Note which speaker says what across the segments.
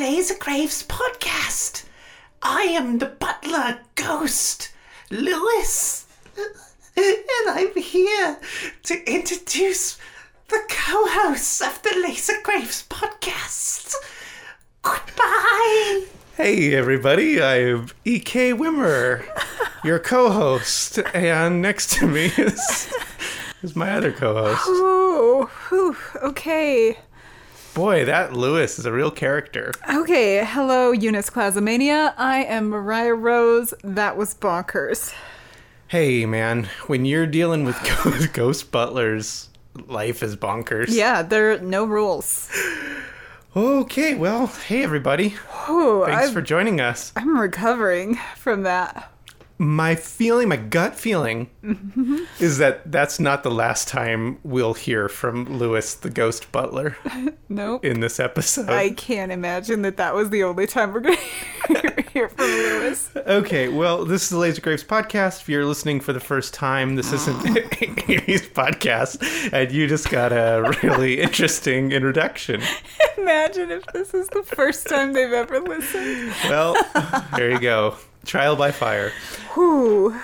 Speaker 1: Graves podcast. I am the butler ghost, Lewis, and I'm here to introduce the co hosts of the Lisa Graves podcast. Goodbye.
Speaker 2: Hey, everybody, I'm E.K. Wimmer, your co host, and next to me is, is my other co host.
Speaker 3: Oh, whew, okay.
Speaker 2: Boy, that Lewis is a real character.
Speaker 3: Okay, hello, Eunice Clasomania. I am Mariah Rose. That was bonkers.
Speaker 2: Hey, man, when you're dealing with ghost, ghost butlers, life is bonkers.
Speaker 3: Yeah, there are no rules.
Speaker 2: Okay, well, hey, everybody.
Speaker 3: Oh,
Speaker 2: Thanks
Speaker 3: I've-
Speaker 2: for joining us.
Speaker 3: I'm recovering from that.
Speaker 2: My feeling, my gut feeling,
Speaker 3: Mm-hmm.
Speaker 2: is that that's not the last time we'll hear from Lewis, the ghost butler,
Speaker 3: Nope.
Speaker 2: in this episode.
Speaker 3: I can't imagine that that was the only time we're going to hear from Lewis.
Speaker 2: Okay, well, this is the Laser Graves podcast. If you're listening for the first time, this isn't Amy's podcast, and you just got a really interesting introduction.
Speaker 3: Imagine if this is the first time they've ever listened.
Speaker 2: Well, there you go. Trial by fire.
Speaker 3: Whew.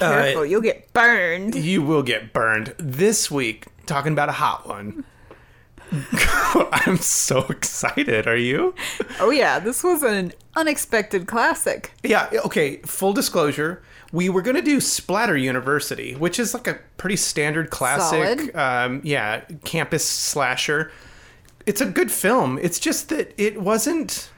Speaker 3: Careful,
Speaker 2: Uh,
Speaker 3: you'll get burned.
Speaker 2: you will get burned this week. Talking about a hot one. I'm so excited. Are you?
Speaker 3: Oh, yeah, this was an unexpected classic.
Speaker 2: Yeah, okay, full disclosure. We were going to do Splatter University, which is like a pretty standard classic,
Speaker 3: Solid.
Speaker 2: um, yeah, campus slasher. It's a good film. It's just that it wasn't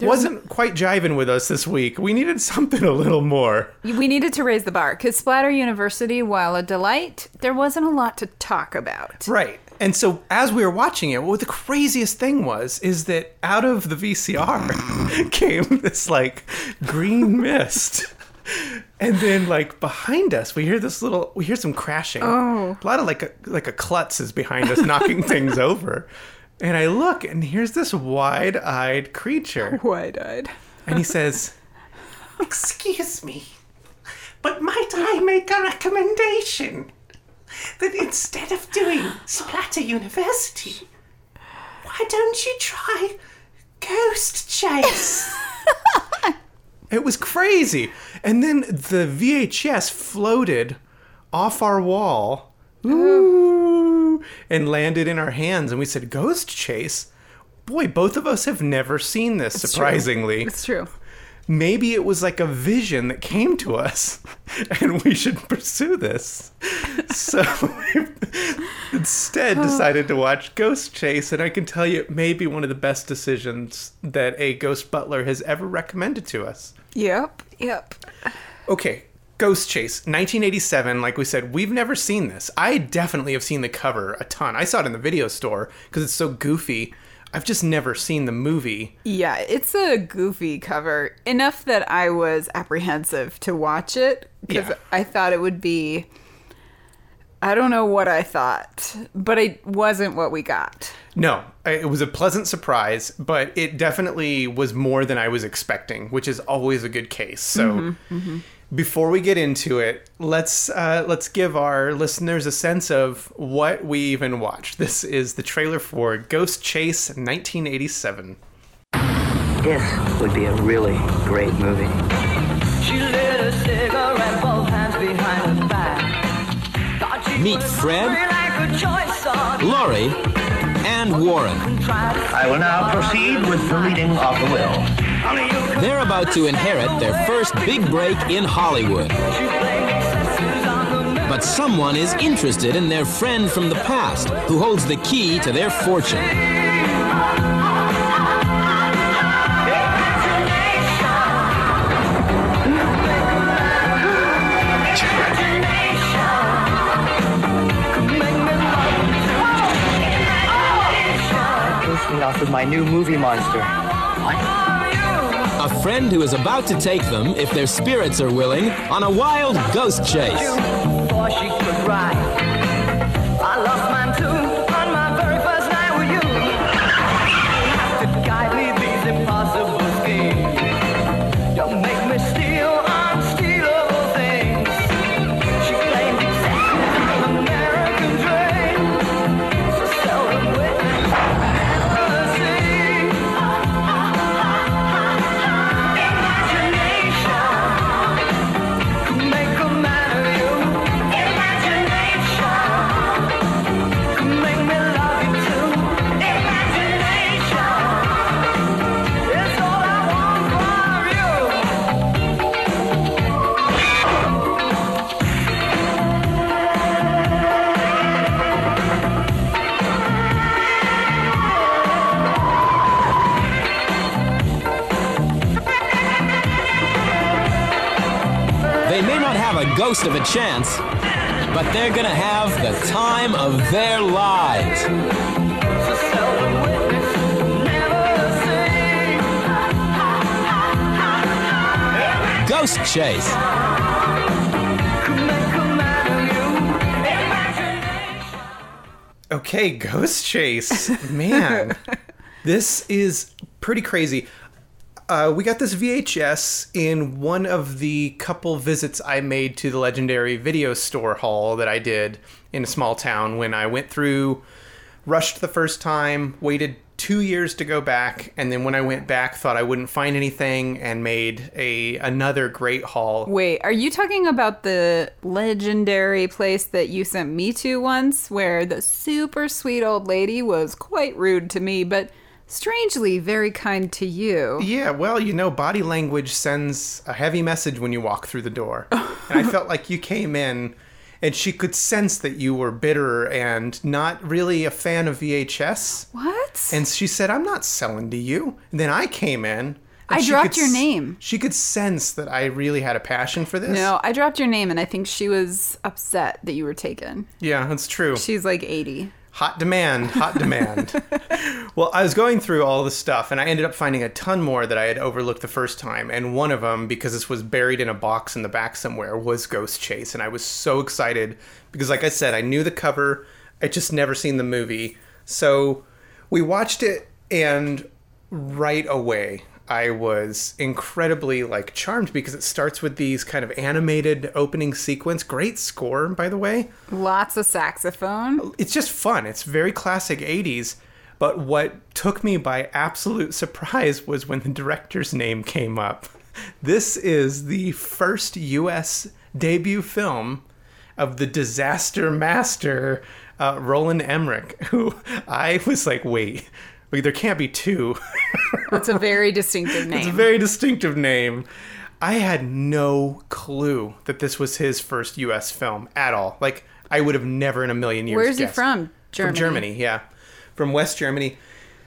Speaker 2: wasn't quite jiving with us this week. We needed something a little more.
Speaker 3: We needed to raise the bar because Splatter University, while a delight, there wasn't a lot to talk about.
Speaker 2: Right. And so as we were watching it, what the craziest thing was is that out of the VCR came this like green mist. And then like behind us, we hear this little we hear some crashing. Oh. A lot of like a like a klutz is behind us knocking things over. And I look and here's this wide-eyed creature.
Speaker 3: Wide eyed.
Speaker 2: And he says,
Speaker 1: Excuse me, but might I make a recommendation that instead of doing Splatter University, why don't you try Ghost Chase?
Speaker 2: It was crazy. And then the VHS floated off our wall
Speaker 1: Oh.
Speaker 2: Ooh, and landed in our hands. And we said, Ghost Chase? Boy, both of us have never seen this, surprisingly.
Speaker 3: It's true.
Speaker 2: Maybe it was like a vision that came to us and we should pursue this. So we instead decided to watch Ghost Chase. And I can tell you, it may be one of the best decisions that a ghost butler has ever recommended to us.
Speaker 3: Yep, yep.
Speaker 2: Okay, Ghost Chase, 1987. Like we said, we've never seen this. I definitely have seen the cover a ton. I saw it in the video store because it's so goofy. I've just never seen the movie.
Speaker 3: Yeah, it's a goofy cover. Enough that I was apprehensive to watch it because
Speaker 2: Yeah.
Speaker 3: I thought it would be. I don't know what I thought, but it wasn't what we got.
Speaker 2: No, I- it was a pleasant surprise, but it definitely was more than I was expecting, which is always a good case. So. Before we get into it, let's uh, let's give our listeners a sense of what we even watched. This is the trailer for Ghost Chase 1987.
Speaker 4: This would be a really great movie.
Speaker 5: She lit a cigarette, both hands behind her back. Thought she
Speaker 6: Meet
Speaker 5: was
Speaker 6: Fred.
Speaker 5: hungry like a choice song.
Speaker 6: Laurie, and Warren.
Speaker 5: Tried to
Speaker 4: I will now proceed with the reading of the will.
Speaker 6: They're about to inherit their first big break in Hollywood.
Speaker 5: play excesses on the mirror.
Speaker 6: But someone is interested in their friend from the past who holds the key to their fortune.
Speaker 4: First me off with my new movie monster.
Speaker 6: A friend who is about to take them, if their spirits are willing, on a wild ghost chase.
Speaker 5: Before she could ride. I lost mine too on my very first night with you. You have to guide me these impossible schemes. You make me steal unstealable things. She claimed exactly an American dream. So seldom witness.
Speaker 6: ghost of a chance, but they're gonna have the time of their lives. Ghost Chase.
Speaker 2: Okay, Ghost Chase. Man, this is pretty crazy. Uh, we got this VHS in one of the couple visits I made to the legendary video store haul that I did in a small town when I went through, rushed the first time, waited two years to go back, and then when I went back, thought I wouldn't find anything and made a another great haul.
Speaker 3: Wait, are you talking about the legendary place that you sent me to once where the super sweet old lady was quite rude to me, but strangely very kind to you?
Speaker 2: Yeah, well, you know, body language sends a heavy message when you walk through the door. and I felt like you came in and she could sense that you were bitter and not really a fan of VHS.
Speaker 3: What?
Speaker 2: And she said, I'm not selling to you. And then I came in. and
Speaker 3: I
Speaker 2: she
Speaker 3: dropped
Speaker 2: could
Speaker 3: your
Speaker 2: s-
Speaker 3: name.
Speaker 2: She could sense that I really had a passion for this.
Speaker 3: no, I dropped your name and I think she was upset that you were taken.
Speaker 2: Yeah, that's true.
Speaker 3: She's like 80.
Speaker 2: Hot demand, hot demand. well, I was going through all the stuff and I ended up finding a ton more that I had overlooked the first time. And one of them, because this was buried in a box in the back somewhere, was Ghost Chase. And I was so excited because, like I said, I knew the cover, I just never seen the movie. So we watched it and right away i was incredibly like charmed because it starts with these kind of animated opening sequence great score by the way
Speaker 3: Lots of saxophone.
Speaker 2: it's just fun. It's very classic 80s. But what took me by absolute surprise was when the director's name came up. This is the first U.S. debut film of the disaster master, uh, Roland Emmerich, who I was like, wait, wait there can't be two.
Speaker 3: It's a very distinctive name.
Speaker 2: It's a very distinctive name. I had no clue that this was his first U.S. film at all. Like I would have never in a million years.
Speaker 3: Where's he
Speaker 2: guessed.
Speaker 3: from? Germany.
Speaker 2: From Germany, yeah, from West Germany.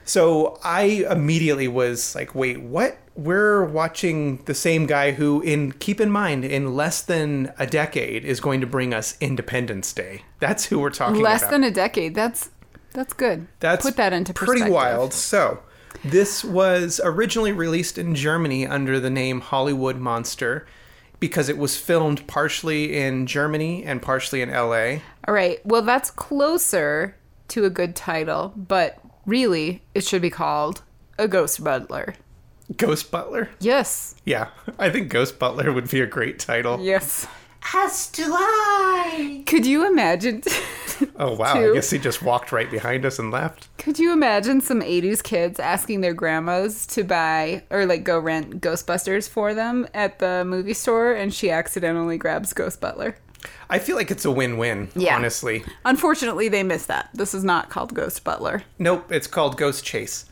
Speaker 2: So I immediately was like, "Wait, what? We're watching the same guy who, in keep in mind, in less than a decade, is going to bring us Independence Day. That's who we're talking
Speaker 3: Less
Speaker 2: about.
Speaker 3: than a decade. That's that's good.
Speaker 2: That's
Speaker 3: put that into
Speaker 2: pretty
Speaker 3: perspective.
Speaker 2: wild. So, this was originally released in Germany under the name Hollywood Monster because it was filmed partially in Germany and partially in LA.
Speaker 3: All right. Well, that's closer to a good title, but really, it should be called A Ghost Butler.
Speaker 2: Ghost Butler?
Speaker 3: Yes.
Speaker 2: Yeah, I think Ghost Butler would be a great title.
Speaker 3: Yes.
Speaker 1: As do I.
Speaker 3: Could you imagine?
Speaker 2: Oh, wow.
Speaker 3: Two.
Speaker 2: I guess he just walked right behind us and left.
Speaker 3: could you imagine some 80s kids asking their grandmas to buy or like go rent Ghostbusters for them at the movie store and she accidentally grabs Ghost Butler?
Speaker 2: I feel like it's a win win,
Speaker 3: Yeah.
Speaker 2: honestly.
Speaker 3: Unfortunately, they missed that. This is not called Ghost Butler.
Speaker 2: Nope, it's called Ghost Chase.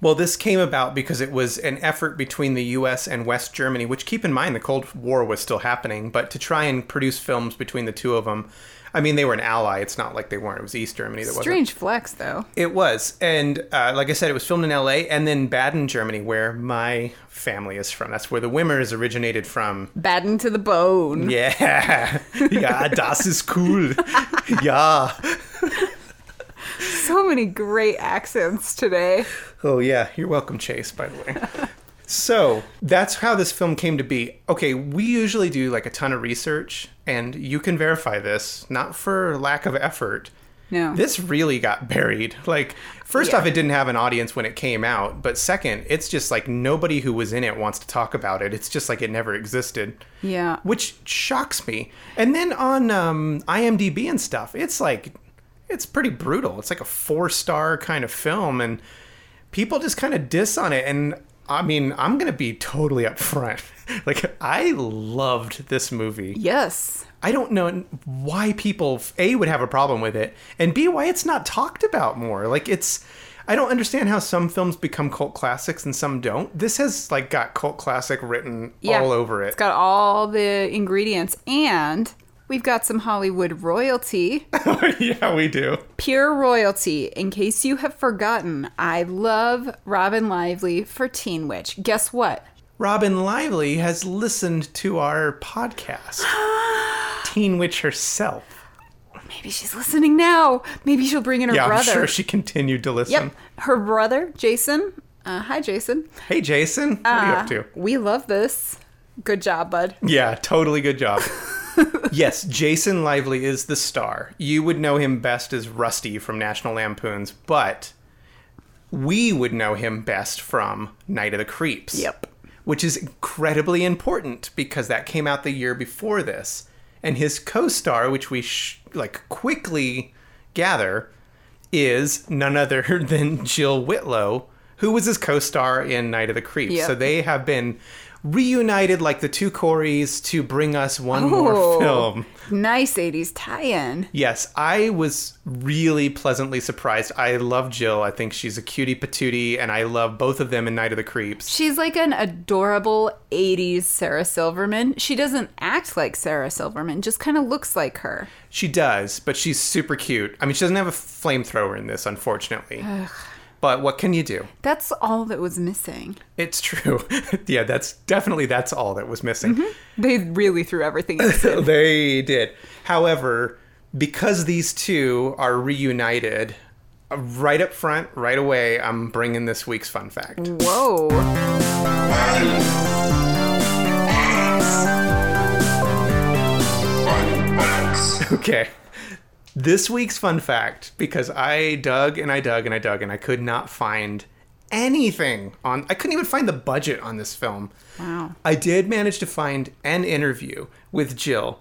Speaker 2: Well, this came about because it was an effort between the US and West Germany, which keep in mind the Cold War was still happening, but to try and produce films between the two of them. I mean, they were an ally. It's not like they weren't. It was East Germany that wasn't.
Speaker 3: Strange flex, though.
Speaker 2: It was. And uh, like I said, it was filmed in LA and then Baden, Germany, where my family is from. That's where the Wimmers originated from.
Speaker 3: Baden to the bone.
Speaker 2: Yeah. yeah, das ist cool. yeah.
Speaker 3: So many great accents today.
Speaker 2: Oh yeah, you're welcome, Chase. By the way. so that's how this film came to be. Okay, we usually do like a ton of research, and you can verify this, not for lack of effort.
Speaker 3: No.
Speaker 2: This really got buried. Like, first
Speaker 3: Yeah.
Speaker 2: off, it didn't have an audience when it came out, but second, it's just like nobody who was in it wants to talk about it. It's just like it never existed.
Speaker 3: Yeah.
Speaker 2: Which shocks me. And then on um, IMDb and stuff, it's like, it's pretty brutal. It's like a four star kind of film, and people just kind of diss on it. And I mean, I'm going to be totally upfront. like, I loved this movie.
Speaker 3: Yes.
Speaker 2: I don't know why people a would have a problem with it, and b why it's not talked about more. Like it's, I don't understand how some films become cult classics and some don't. This has like got cult classic written
Speaker 3: Yeah.
Speaker 2: all over it.
Speaker 3: It's got all the ingredients and we've got some Hollywood royalty,
Speaker 2: yeah, we do.
Speaker 3: pure royalty. In case you have forgotten, I love Robin Lively for Teen Witch. Guess what?
Speaker 2: Robin Lively has listened to our podcast. Teen Witch herself.
Speaker 3: Maybe she's listening now. Maybe she'll bring in her
Speaker 2: Yeah,
Speaker 3: brother.
Speaker 2: I'm sure she continued to listen.
Speaker 3: Yep. Her brother, Jason. Uh, hi, Jason.
Speaker 2: Hey, Jason, what are you up to?
Speaker 3: We love this. Good job, bud.
Speaker 2: Yeah, totally good job. yes, Jason Lively is the star. You would know him best as Rusty from National Lampoons, but we would know him best from Night of the Creeps.
Speaker 3: Yep.
Speaker 2: Which is incredibly important because that came out the year before this. And his co-star, which we sh- like quickly gather, is none other than Jill Whitlow, who was his co-star in Night of the Creeps.
Speaker 3: Yep.
Speaker 2: So they have been reunited like the two Coreys to bring us one more
Speaker 3: Ooh.
Speaker 2: film.
Speaker 3: Nice 80s tie in.
Speaker 2: Yes, I was really pleasantly surprised. I love Jill. I think she's a cutie patootie, and I love both of them in Night of the Creeps.
Speaker 3: She's like an adorable 80s Sarah Silverman. She doesn't act like Sarah Silverman, just kind of looks like her.
Speaker 2: She does, but she's super cute. I mean, she doesn't have a flamethrower in this, unfortunately. But what can you do?
Speaker 3: That's all that was missing.
Speaker 2: It's true. yeah, that's definitely that's all that was missing.
Speaker 3: They really threw everything else in.
Speaker 2: they did. However, because these two are reunited, uh, right up front, right away, I'm bringing this week's fun fact.
Speaker 3: Whoa.
Speaker 2: Okay. This week's fun fact, because I dug and I dug and I dug and I could not find anything on, I couldn't even find the budget on this film.
Speaker 3: Wow.
Speaker 2: I did manage to find an interview with Jill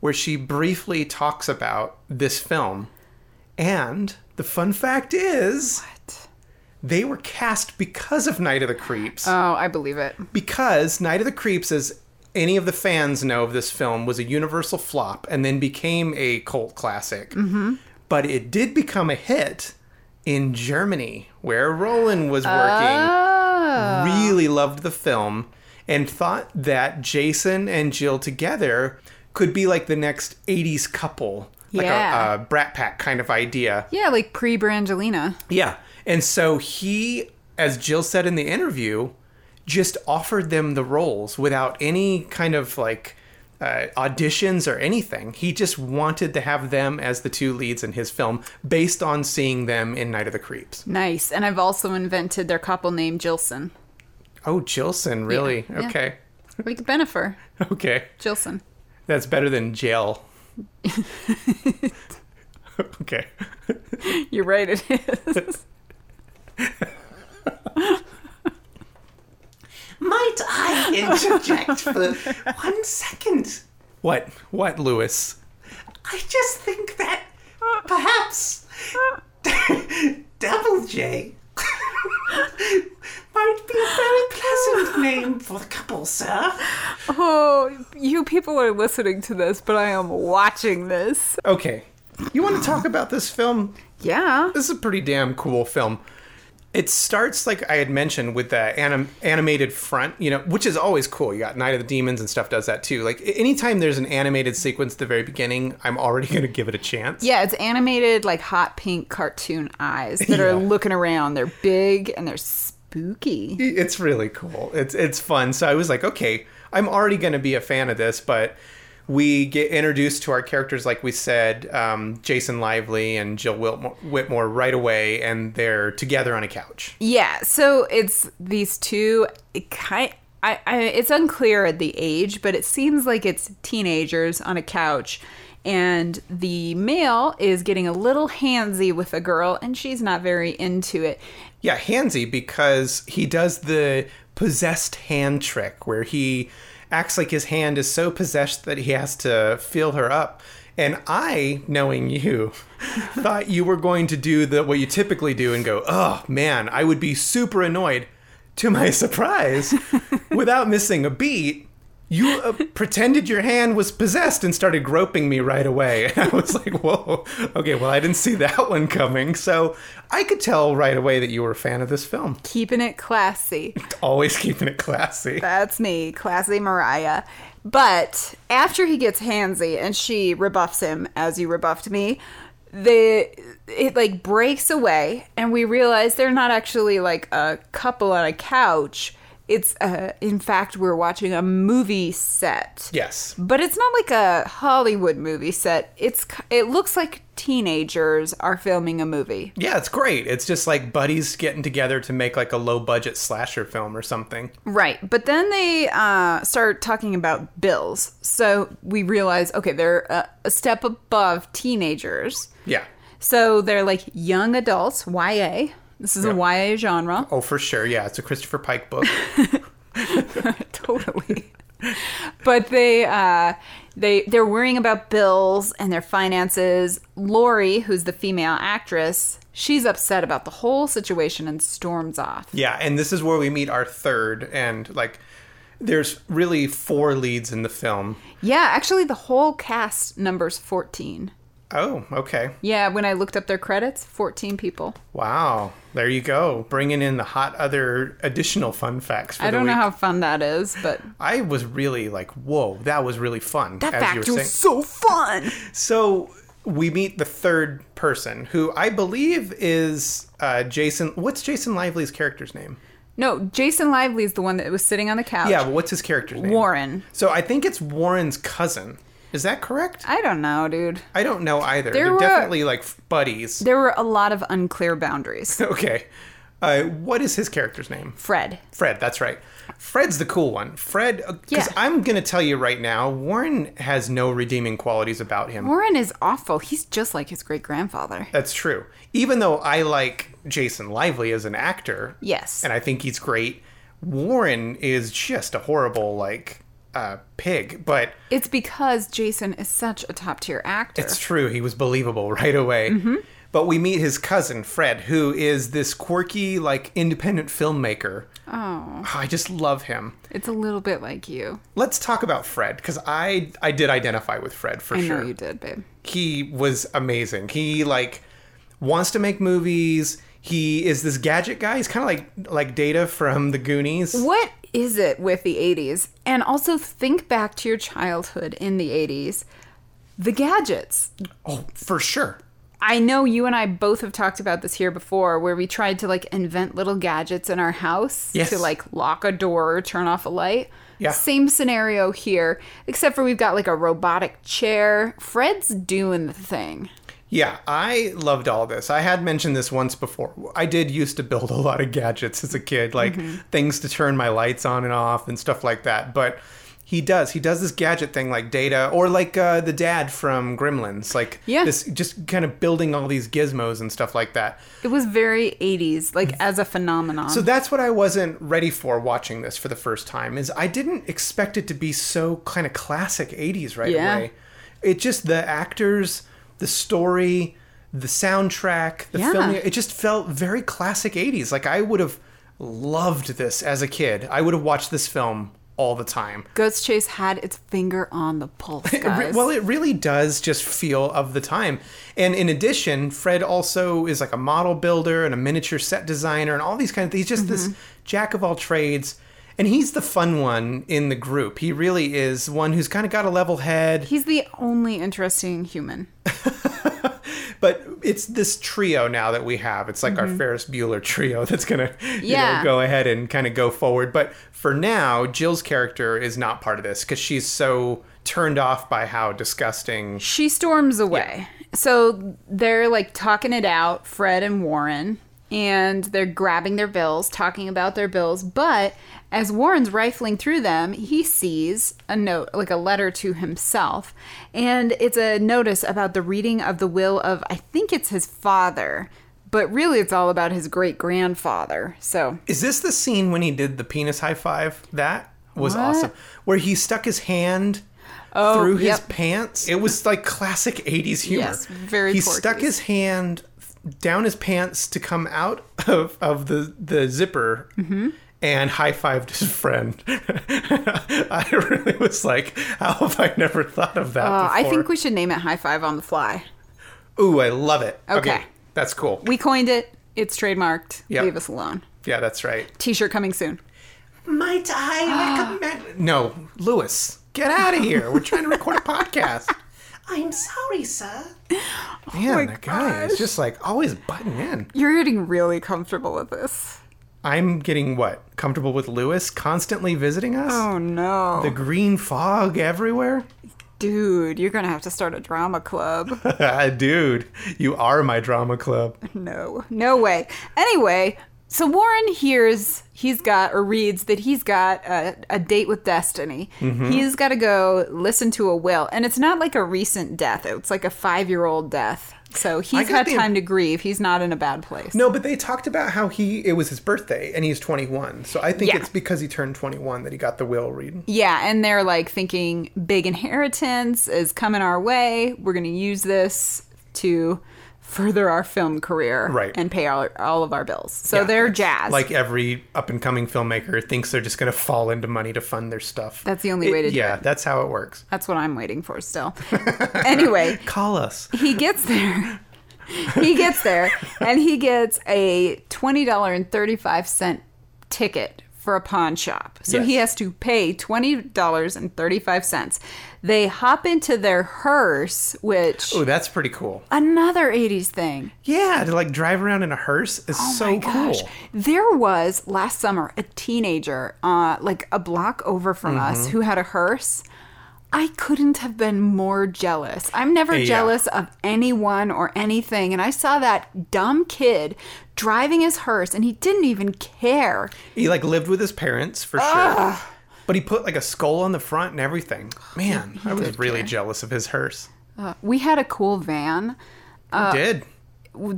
Speaker 2: where she briefly talks about this film. And the fun fact is they were cast because of Night of the Creeps
Speaker 3: Oh, I believe it.
Speaker 2: because Night of the Creeps, as any of the fans know of this film, was a universal flop and then became a cult classic. Mm-hmm. But it did become a hit in Germany, where Roland was working. Really loved the film and thought that Jason and Jill together could be like the next 80s couple. Like
Speaker 3: Yeah.
Speaker 2: a, a brat pack kind of idea.
Speaker 3: Yeah, like pre Brangelina.
Speaker 2: Yeah. And so he, as Jill said in the interview, just offered them the roles without any kind of like uh, auditions or anything. He just wanted to have them as the two leads in his film based on seeing them in Night of the Creeps.
Speaker 3: Nice. And I've also invented their couple name, Jilson.
Speaker 2: Oh, Jilson, really?
Speaker 3: Yeah, yeah.
Speaker 2: Okay.
Speaker 3: Like Benifer.
Speaker 2: Okay.
Speaker 3: Jilson.
Speaker 2: That's better than jail. okay.
Speaker 3: You're right, it is.
Speaker 1: Might I interject for one second?
Speaker 2: What? What, Lewis?
Speaker 1: I just think that perhaps Double J might be a very pleasant name for the couple, sir.
Speaker 3: Oh, you people are listening to this, but I am watching this.
Speaker 2: Okay. You want to talk about this film?
Speaker 3: Yeah.
Speaker 2: this is a pretty damn cool film. It starts like I had mentioned with the anim- animated front, you know, which is always cool. You got Night of the Demons and stuff does that too. Like a- anytime there's an animated sequence at the very beginning, I'm already going to give it a chance.
Speaker 3: Yeah, it's animated like hot pink cartoon eyes that are
Speaker 2: Yeah.
Speaker 3: looking around. They're big and they're spooky.
Speaker 2: It's really cool. It's it's fun. So I was like, okay, I'm already going to be a fan of this, but we get introduced to our characters, like we said, um, Jason Lively and Jill Whitmore, Whitmore right away, and they're together on a couch.
Speaker 3: Yeah, so it's these two it kind I, I it's unclear at the age, but it seems like it's teenagers on a couch and the male is getting a little handsy with a girl and she's not very into it.
Speaker 2: Yeah, handsy because he does the possessed hand trick where he acts like his hand is so possessed that he has to feel her up. And I, knowing you, thought you were going to do the what you typically do and go, "Oh man, I would be super annoyed." To my surprise, without missing a beat, you uh, pretended your hand was possessed and started groping me right away. And I was like, whoa, okay, well, I didn't see that one coming. So I could tell right away that you were a fan of this film.
Speaker 3: Keeping it classy.
Speaker 2: Always keeping it classy.
Speaker 3: That's me, classy Mariah. But after he gets handsy and she rebuffs him as you rebuffed me, the it like breaks away and we realize they're not actually like a couple on a couch. It's, uh, in fact, we're watching a movie set.
Speaker 2: Yes.
Speaker 3: But it's not like a Hollywood movie set. It's k- it looks like teenagers are filming a movie.
Speaker 2: Yeah, it's great. It's just like buddies getting together to make like a low budget slasher film or something.
Speaker 3: Right. But then they uh, start talking about bills. So we realize, okay, they're uh, a step above teenagers.
Speaker 2: Yeah.
Speaker 3: So they're like young adults, YA. This is a YA genre.
Speaker 2: Oh, for sure. Yeah, it's a Christopher Pike book.
Speaker 3: totally. but they uh, they they're worrying about bills and their finances. Lori, who's the female actress, she's upset about the whole situation and storms off.
Speaker 2: yeah, and this is where we meet our third and like there's really four leads in the film.
Speaker 3: Yeah, actually, the whole cast numbers fourteen.
Speaker 2: Oh, okay.
Speaker 3: Yeah, when I looked up their credits, fourteen people.
Speaker 2: Wow. There you go. Bringing in the hot other additional fun facts for
Speaker 3: I
Speaker 2: the
Speaker 3: don't know
Speaker 2: week.
Speaker 3: how fun that is, but
Speaker 2: I was really like, whoa, that was really fun.
Speaker 3: that
Speaker 2: as you
Speaker 3: fact
Speaker 2: were
Speaker 3: was
Speaker 2: saying.
Speaker 3: so fun.
Speaker 2: So we meet the third person, who I believe is uh, Jason. What's Jason Lively's character's name?
Speaker 3: No, Jason Lively is the one that was sitting on the couch.
Speaker 2: Yeah, but what's his character's name?
Speaker 3: Warren.
Speaker 2: So I think it's Warren's cousin. Is that correct?
Speaker 3: I don't know, dude.
Speaker 2: I don't know either.
Speaker 3: There
Speaker 2: They're
Speaker 3: were-
Speaker 2: definitely like buddies.
Speaker 3: There were a lot of unclear boundaries.
Speaker 2: Okay. Uh, what is his character's name?
Speaker 3: Fred.
Speaker 2: Fred, that's right. Fred's the cool one. Fred, because
Speaker 3: Yeah.
Speaker 2: I'm going to tell you right now, Warren has no redeeming qualities about him.
Speaker 3: Warren is awful. He's just like his great grandfather.
Speaker 2: That's true. Even though I like Jason Lively as an actor.
Speaker 3: Yes.
Speaker 2: And I think he's great. Warren is just a horrible, like, uh, pig. But
Speaker 3: It's because Jason is such a top tier actor.
Speaker 2: it's true. He was believable right away.
Speaker 3: Mm-hmm.
Speaker 2: But we meet his cousin, Fred, who is this quirky, like, independent filmmaker.
Speaker 3: oh,
Speaker 2: I just love him.
Speaker 3: it's a little bit like you.
Speaker 2: Let's talk about Fred, because I, I did identify with Fred for
Speaker 3: I
Speaker 2: sure.
Speaker 3: know you did, babe.
Speaker 2: he was amazing. He like wants to make movies. He is this gadget guy. He's kind of like like Data from the Goonies.
Speaker 3: What is it with the 80s? And also think back to your childhood in the 80s. The gadgets.
Speaker 2: Oh, for sure.
Speaker 3: I know you and I both have talked about this here before where we tried to like invent little gadgets in our house
Speaker 2: Yes.
Speaker 3: to like lock a door or turn off a light.
Speaker 2: Yeah.
Speaker 3: Same scenario here, except for we've got like a robotic chair. Fred's doing the thing.
Speaker 2: Yeah, I loved all this. I had mentioned this once before. I did used to build a lot of gadgets as a kid, like things to turn my lights on and off and stuff like that. But he does. He does this gadget thing like Data or like uh, the dad from Gremlins, like
Speaker 3: Yeah.
Speaker 2: this just kind of building all these gizmos and stuff like that.
Speaker 3: It was very 80s, like as a phenomenon.
Speaker 2: Mm. So that's what I wasn't ready for watching this for the first time is I didn't expect it to be so kind of classic 80s right
Speaker 3: Yeah.
Speaker 2: away. It just the actors, the story, the soundtrack, the
Speaker 3: Yeah.
Speaker 2: film it just felt very classic 80s. Like I would have loved this as a kid. I would have watched this film all the time.
Speaker 3: Ghost Chase had its finger on the pulse,
Speaker 2: It re-
Speaker 3: guys.
Speaker 2: well, it really does just feel of the time. And in addition, Fred also is like a model builder and a miniature set designer and all these kind of things. He's just
Speaker 3: Mm-hmm.
Speaker 2: this jack of all trades. And he's the fun one in the group. He really is one who's kind of got a level head.
Speaker 3: He's the only interesting human.
Speaker 2: But it's this trio now that we have. It's like our Ferris Bueller trio that's going to you know,
Speaker 3: Mm-hmm. Yeah.
Speaker 2: go ahead and kind of go forward. But for now, Jill's character is not part of this because she's so turned off by how disgusting
Speaker 3: She storms away. So they're like talking it out, Fred and Warren, and they're grabbing their bills, talking about their bills. But as Warren's rifling through them, he sees a note, like a letter to himself. And it's a notice about the reading of the will of, I think it's his father, but really it's all about his great grandfather. So
Speaker 2: Is this the scene when he did the penis high five? That was
Speaker 3: What? Oh,
Speaker 2: awesome. Where he stuck his hand through his
Speaker 3: yep.
Speaker 2: pants. It was like classic 80s humor.
Speaker 3: Yes, very
Speaker 2: He
Speaker 3: Porky's.
Speaker 2: stuck his hand down his pants to come out of, of the, the zipper.
Speaker 3: Mm-hmm.
Speaker 2: And high fived his friend. I really was like, "How have I never thought of that
Speaker 3: uh, I
Speaker 2: before?"
Speaker 3: think we should name it High Five on the Fly.
Speaker 2: Ooh, I love it.
Speaker 3: Okay.
Speaker 2: that's cool.
Speaker 3: We coined it, it's trademarked.
Speaker 2: Yep.
Speaker 3: Leave us alone.
Speaker 2: yeah, that's right.
Speaker 3: T shirt coming soon.
Speaker 1: Might I recommend?
Speaker 2: No, Lewis, get out of here. We're trying to record a podcast.
Speaker 1: I'm sorry, sir. Oh
Speaker 2: Man, that guy is just like always butting in.
Speaker 3: You're getting really comfortable with this.
Speaker 2: I'm getting what? Comfortable with Lewis constantly visiting us?
Speaker 3: Oh no.
Speaker 2: The green fog everywhere?
Speaker 3: Dude, you're gonna have to start a drama club.
Speaker 2: Ah, Dude, you are my drama club.
Speaker 3: no. No way. Anyway, so Warren hears he's got or reads that he's got a, a date with destiny. He's gotta go listen to a will. And it's not like a recent death, it's like a five year old death. So he's
Speaker 2: got
Speaker 3: had
Speaker 2: the-
Speaker 3: time to grieve. He's not in a bad place.
Speaker 2: No, but they talked about how he it was his birthday and he's 21. So I think
Speaker 3: Yeah.
Speaker 2: it's because he turned 21 that he got the will read.
Speaker 3: Yeah, and they're like thinking big inheritance is coming our way. We're going to use this to further our film career
Speaker 2: Right.
Speaker 3: and pay all, all of our bills. So
Speaker 2: Yeah,
Speaker 3: they're
Speaker 2: it's
Speaker 3: jazzed.
Speaker 2: Like every up and coming filmmaker thinks they're just going to fall into money to fund their stuff.
Speaker 3: That's the only way to do
Speaker 2: Yeah, that's how it works.
Speaker 3: That's what I'm waiting for still. anyway,
Speaker 2: Call us.
Speaker 3: he gets there. he gets there and he gets a $20.35 ticket for a pawn shop. So he
Speaker 2: Yes.
Speaker 3: has to pay $20.35. They hop into their hearse, which
Speaker 2: Oh, that's pretty cool.
Speaker 3: another 80s thing.
Speaker 2: Yeah, to like drive around in a hearse is so
Speaker 3: Oh Gosh,
Speaker 2: cool.
Speaker 3: there was last summer a teenager, uh, like a block over from us,
Speaker 2: Mm-hmm.
Speaker 3: who had a hearse. I couldn't have been more jealous. I'm never
Speaker 2: Yeah.
Speaker 3: jealous of anyone or anything. And I saw that dumb kid driving his hearse and he didn't even care.
Speaker 2: He like lived with his parents for sure. But he put like a skull on the front and everything. Man, I was really jealous of his hearse.
Speaker 3: We had a cool van Uh,
Speaker 2: he did.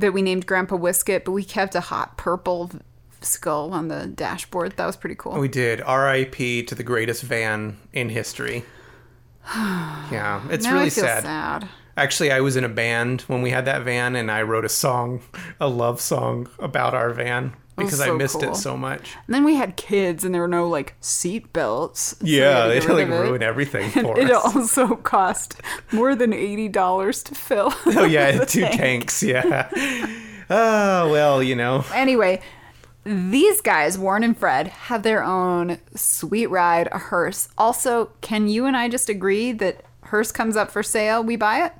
Speaker 3: that we named Grandpa Whisket, but we kept a hot purple v- skull on the dashboard. That was pretty cool.
Speaker 2: We did. R.I.P. to the greatest van in history. Yeah, it's
Speaker 3: now
Speaker 2: really
Speaker 3: I feel
Speaker 2: sad.
Speaker 3: sad.
Speaker 2: Actually, I was in a band when we had that van, and I wrote a song, a love song about our van because I
Speaker 3: Oh, so
Speaker 2: missed
Speaker 3: cool.
Speaker 2: it so much.
Speaker 3: And then we had kids, and there were no like seat belts. so we
Speaker 2: Yeah,
Speaker 3: had
Speaker 2: they
Speaker 3: to get rid
Speaker 2: like
Speaker 3: of it.
Speaker 2: ruined everything for
Speaker 3: It
Speaker 2: us.
Speaker 3: also cost more than eighty dollars to fill.
Speaker 2: Oh yeah, two tanks. Yeah. Oh well, you know.
Speaker 3: Anyway, these guys, Warren and Fred, have their own sweet ride, a hearse. Also, can you and I just agree that hearse comes up for sale? We buy it.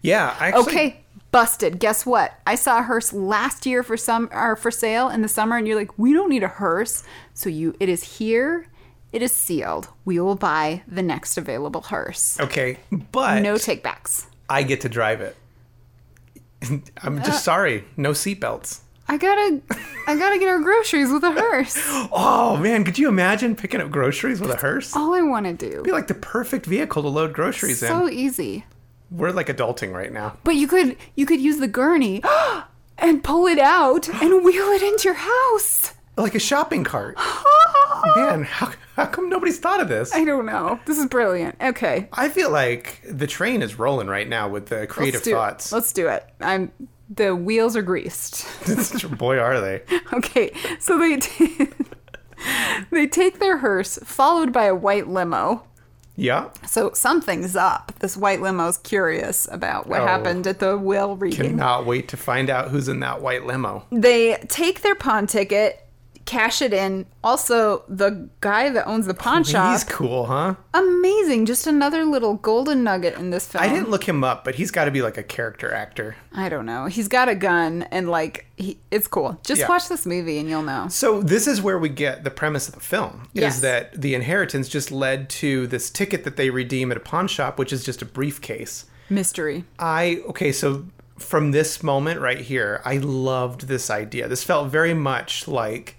Speaker 2: Yeah. Actually,
Speaker 3: Okay, busted. Guess what? I saw a hearse last year for some or for sale in the summer, and you're like, we don't need a hearse. So you, it is here. It is sealed. We will buy the next available hearse.
Speaker 2: Okay, but
Speaker 3: No takebacks.
Speaker 2: I get to drive it. I'm
Speaker 3: Uh.
Speaker 2: just sorry. No seatbelts.
Speaker 3: I gotta, I gotta get our groceries with a hearse.
Speaker 2: Oh man, could you imagine picking up groceries with a hearse?
Speaker 3: All I want to do.
Speaker 2: be like the perfect vehicle to load groceries
Speaker 3: So
Speaker 2: in.
Speaker 3: easy.
Speaker 2: We're like adulting right now.
Speaker 3: But you could, you could use the gurney and pull it out and wheel it into your house.
Speaker 2: Like a shopping cart. Man, how, how come nobody's thought of this?
Speaker 3: I don't know. This is brilliant. Okay,
Speaker 2: I feel like the train is rolling right now with the creative
Speaker 3: let's do
Speaker 2: thoughts.
Speaker 3: it. Let's do it. I'm. The wheels are greased.
Speaker 2: Boy, are they.
Speaker 3: Okay, so they t- they take their hearse, followed by a white limo.
Speaker 2: Yeah.
Speaker 3: So something's up. This white limo's curious about what
Speaker 2: Oh.
Speaker 3: happened at the will reading.
Speaker 2: Cannot wait to find out who's in that white limo.
Speaker 3: They take their pawn ticket, cash it in. Also, the guy that owns the pawn shop,
Speaker 2: He's cool, huh?
Speaker 3: amazing. Just another little golden nugget in this film.
Speaker 2: I didn't look him up, but he's got to be like a character actor.
Speaker 3: I don't know. He's got a gun and like he, it's cool. Just
Speaker 2: Yeah.
Speaker 3: watch this movie and you'll know.
Speaker 2: So this is where we get the premise of the film
Speaker 3: Yes.
Speaker 2: is that the inheritance just led to this ticket that they redeem at a pawn shop, which is just a briefcase.
Speaker 3: Mystery.
Speaker 2: I okay, so from this moment right here, I loved this idea. This felt very much like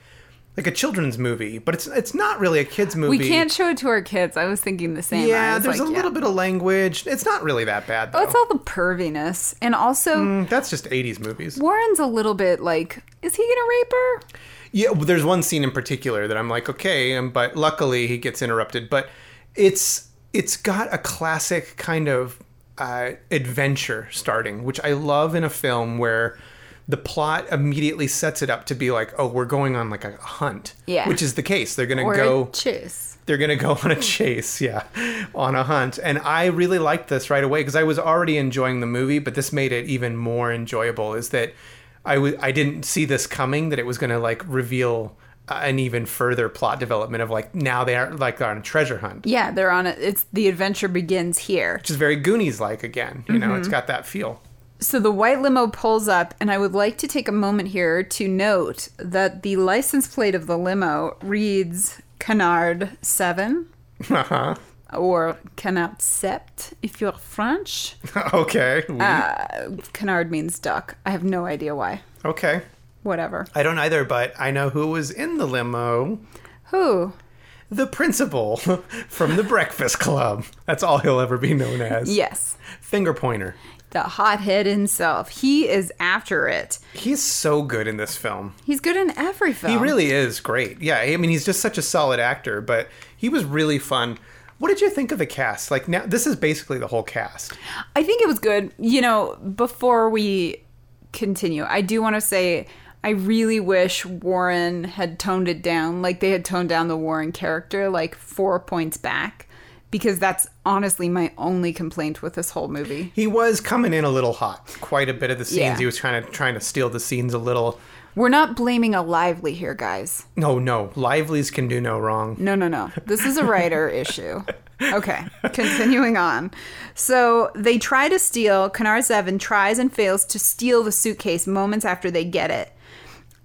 Speaker 2: like a children's movie, but it's it's not really a kids movie.
Speaker 3: We can't show it to our kids. I was thinking the same. I
Speaker 2: yeah,
Speaker 3: was
Speaker 2: there's
Speaker 3: like,
Speaker 2: a
Speaker 3: yeah.
Speaker 2: little bit of language. It's not really that bad though. Mm.
Speaker 3: Well, it's all the perviness. And also,
Speaker 2: That's just 80s movies.
Speaker 3: Warren's a little bit like, is he gonna rape her?
Speaker 2: Yeah, well, there's one scene in particular that I'm like, okay, um, but luckily he gets interrupted. But it's it's got a classic kind of uh, adventure starting, which I love in a film where the plot immediately sets it up to be like, oh, we're going on like a hunt,
Speaker 3: Yeah.
Speaker 2: which is the case. They're gonna
Speaker 3: Or
Speaker 2: go,
Speaker 3: a chiss?
Speaker 2: they're gonna go on a chase, yeah, on a hunt. And I really liked this right away because I was already enjoying the movie, but this made it even more enjoyable. Is that I w- I didn't see this coming that it was gonna like reveal an even further plot development of like now they are like on a treasure hunt,
Speaker 3: Yeah, they're on it. It's the adventure begins here.
Speaker 2: which is very Goonies like again. You know, it's got that feel.
Speaker 3: So the white limo pulls up, and I would like to take a moment here to note that the license plate of the limo reads Canard 7
Speaker 2: Uh-huh.
Speaker 3: or Canard Sept if you're French.
Speaker 2: Okay. we-
Speaker 3: Canard means duck. I have no idea why.
Speaker 2: okay.
Speaker 3: Whatever.
Speaker 2: I don't either, but I know who was in the limo.
Speaker 3: Who?
Speaker 2: The principal from the Breakfast Club. That's all he'll ever be known as.
Speaker 3: Yes.
Speaker 2: Finger pointer.
Speaker 3: The hothead himself. He is after it.
Speaker 2: He's so good in this film.
Speaker 3: He's good in every film.
Speaker 2: He really is great. Yeah, I mean, he's just such a solid actor, but he was really fun. What did you think of the cast? Like now, this is basically the whole cast.
Speaker 3: I think it was good. You know, before we continue, I do want to say I really wish Warren had toned it down. Like they had toned down the Warren character like four points back because that's honestly my only complaint with this whole movie.
Speaker 2: He was coming in a little hot. Quite a bit of the scenes.
Speaker 3: Yeah.
Speaker 2: He was trying to trying to steal the scenes a little.
Speaker 3: We're not blaming a lively here, guys.
Speaker 2: No, no, Lively's can do no wrong.
Speaker 3: No, no, no. This is a writer issue. Okay, continuing on. So they try to steal, Kanar Seven tries and fails to steal the suitcase moments after they get it.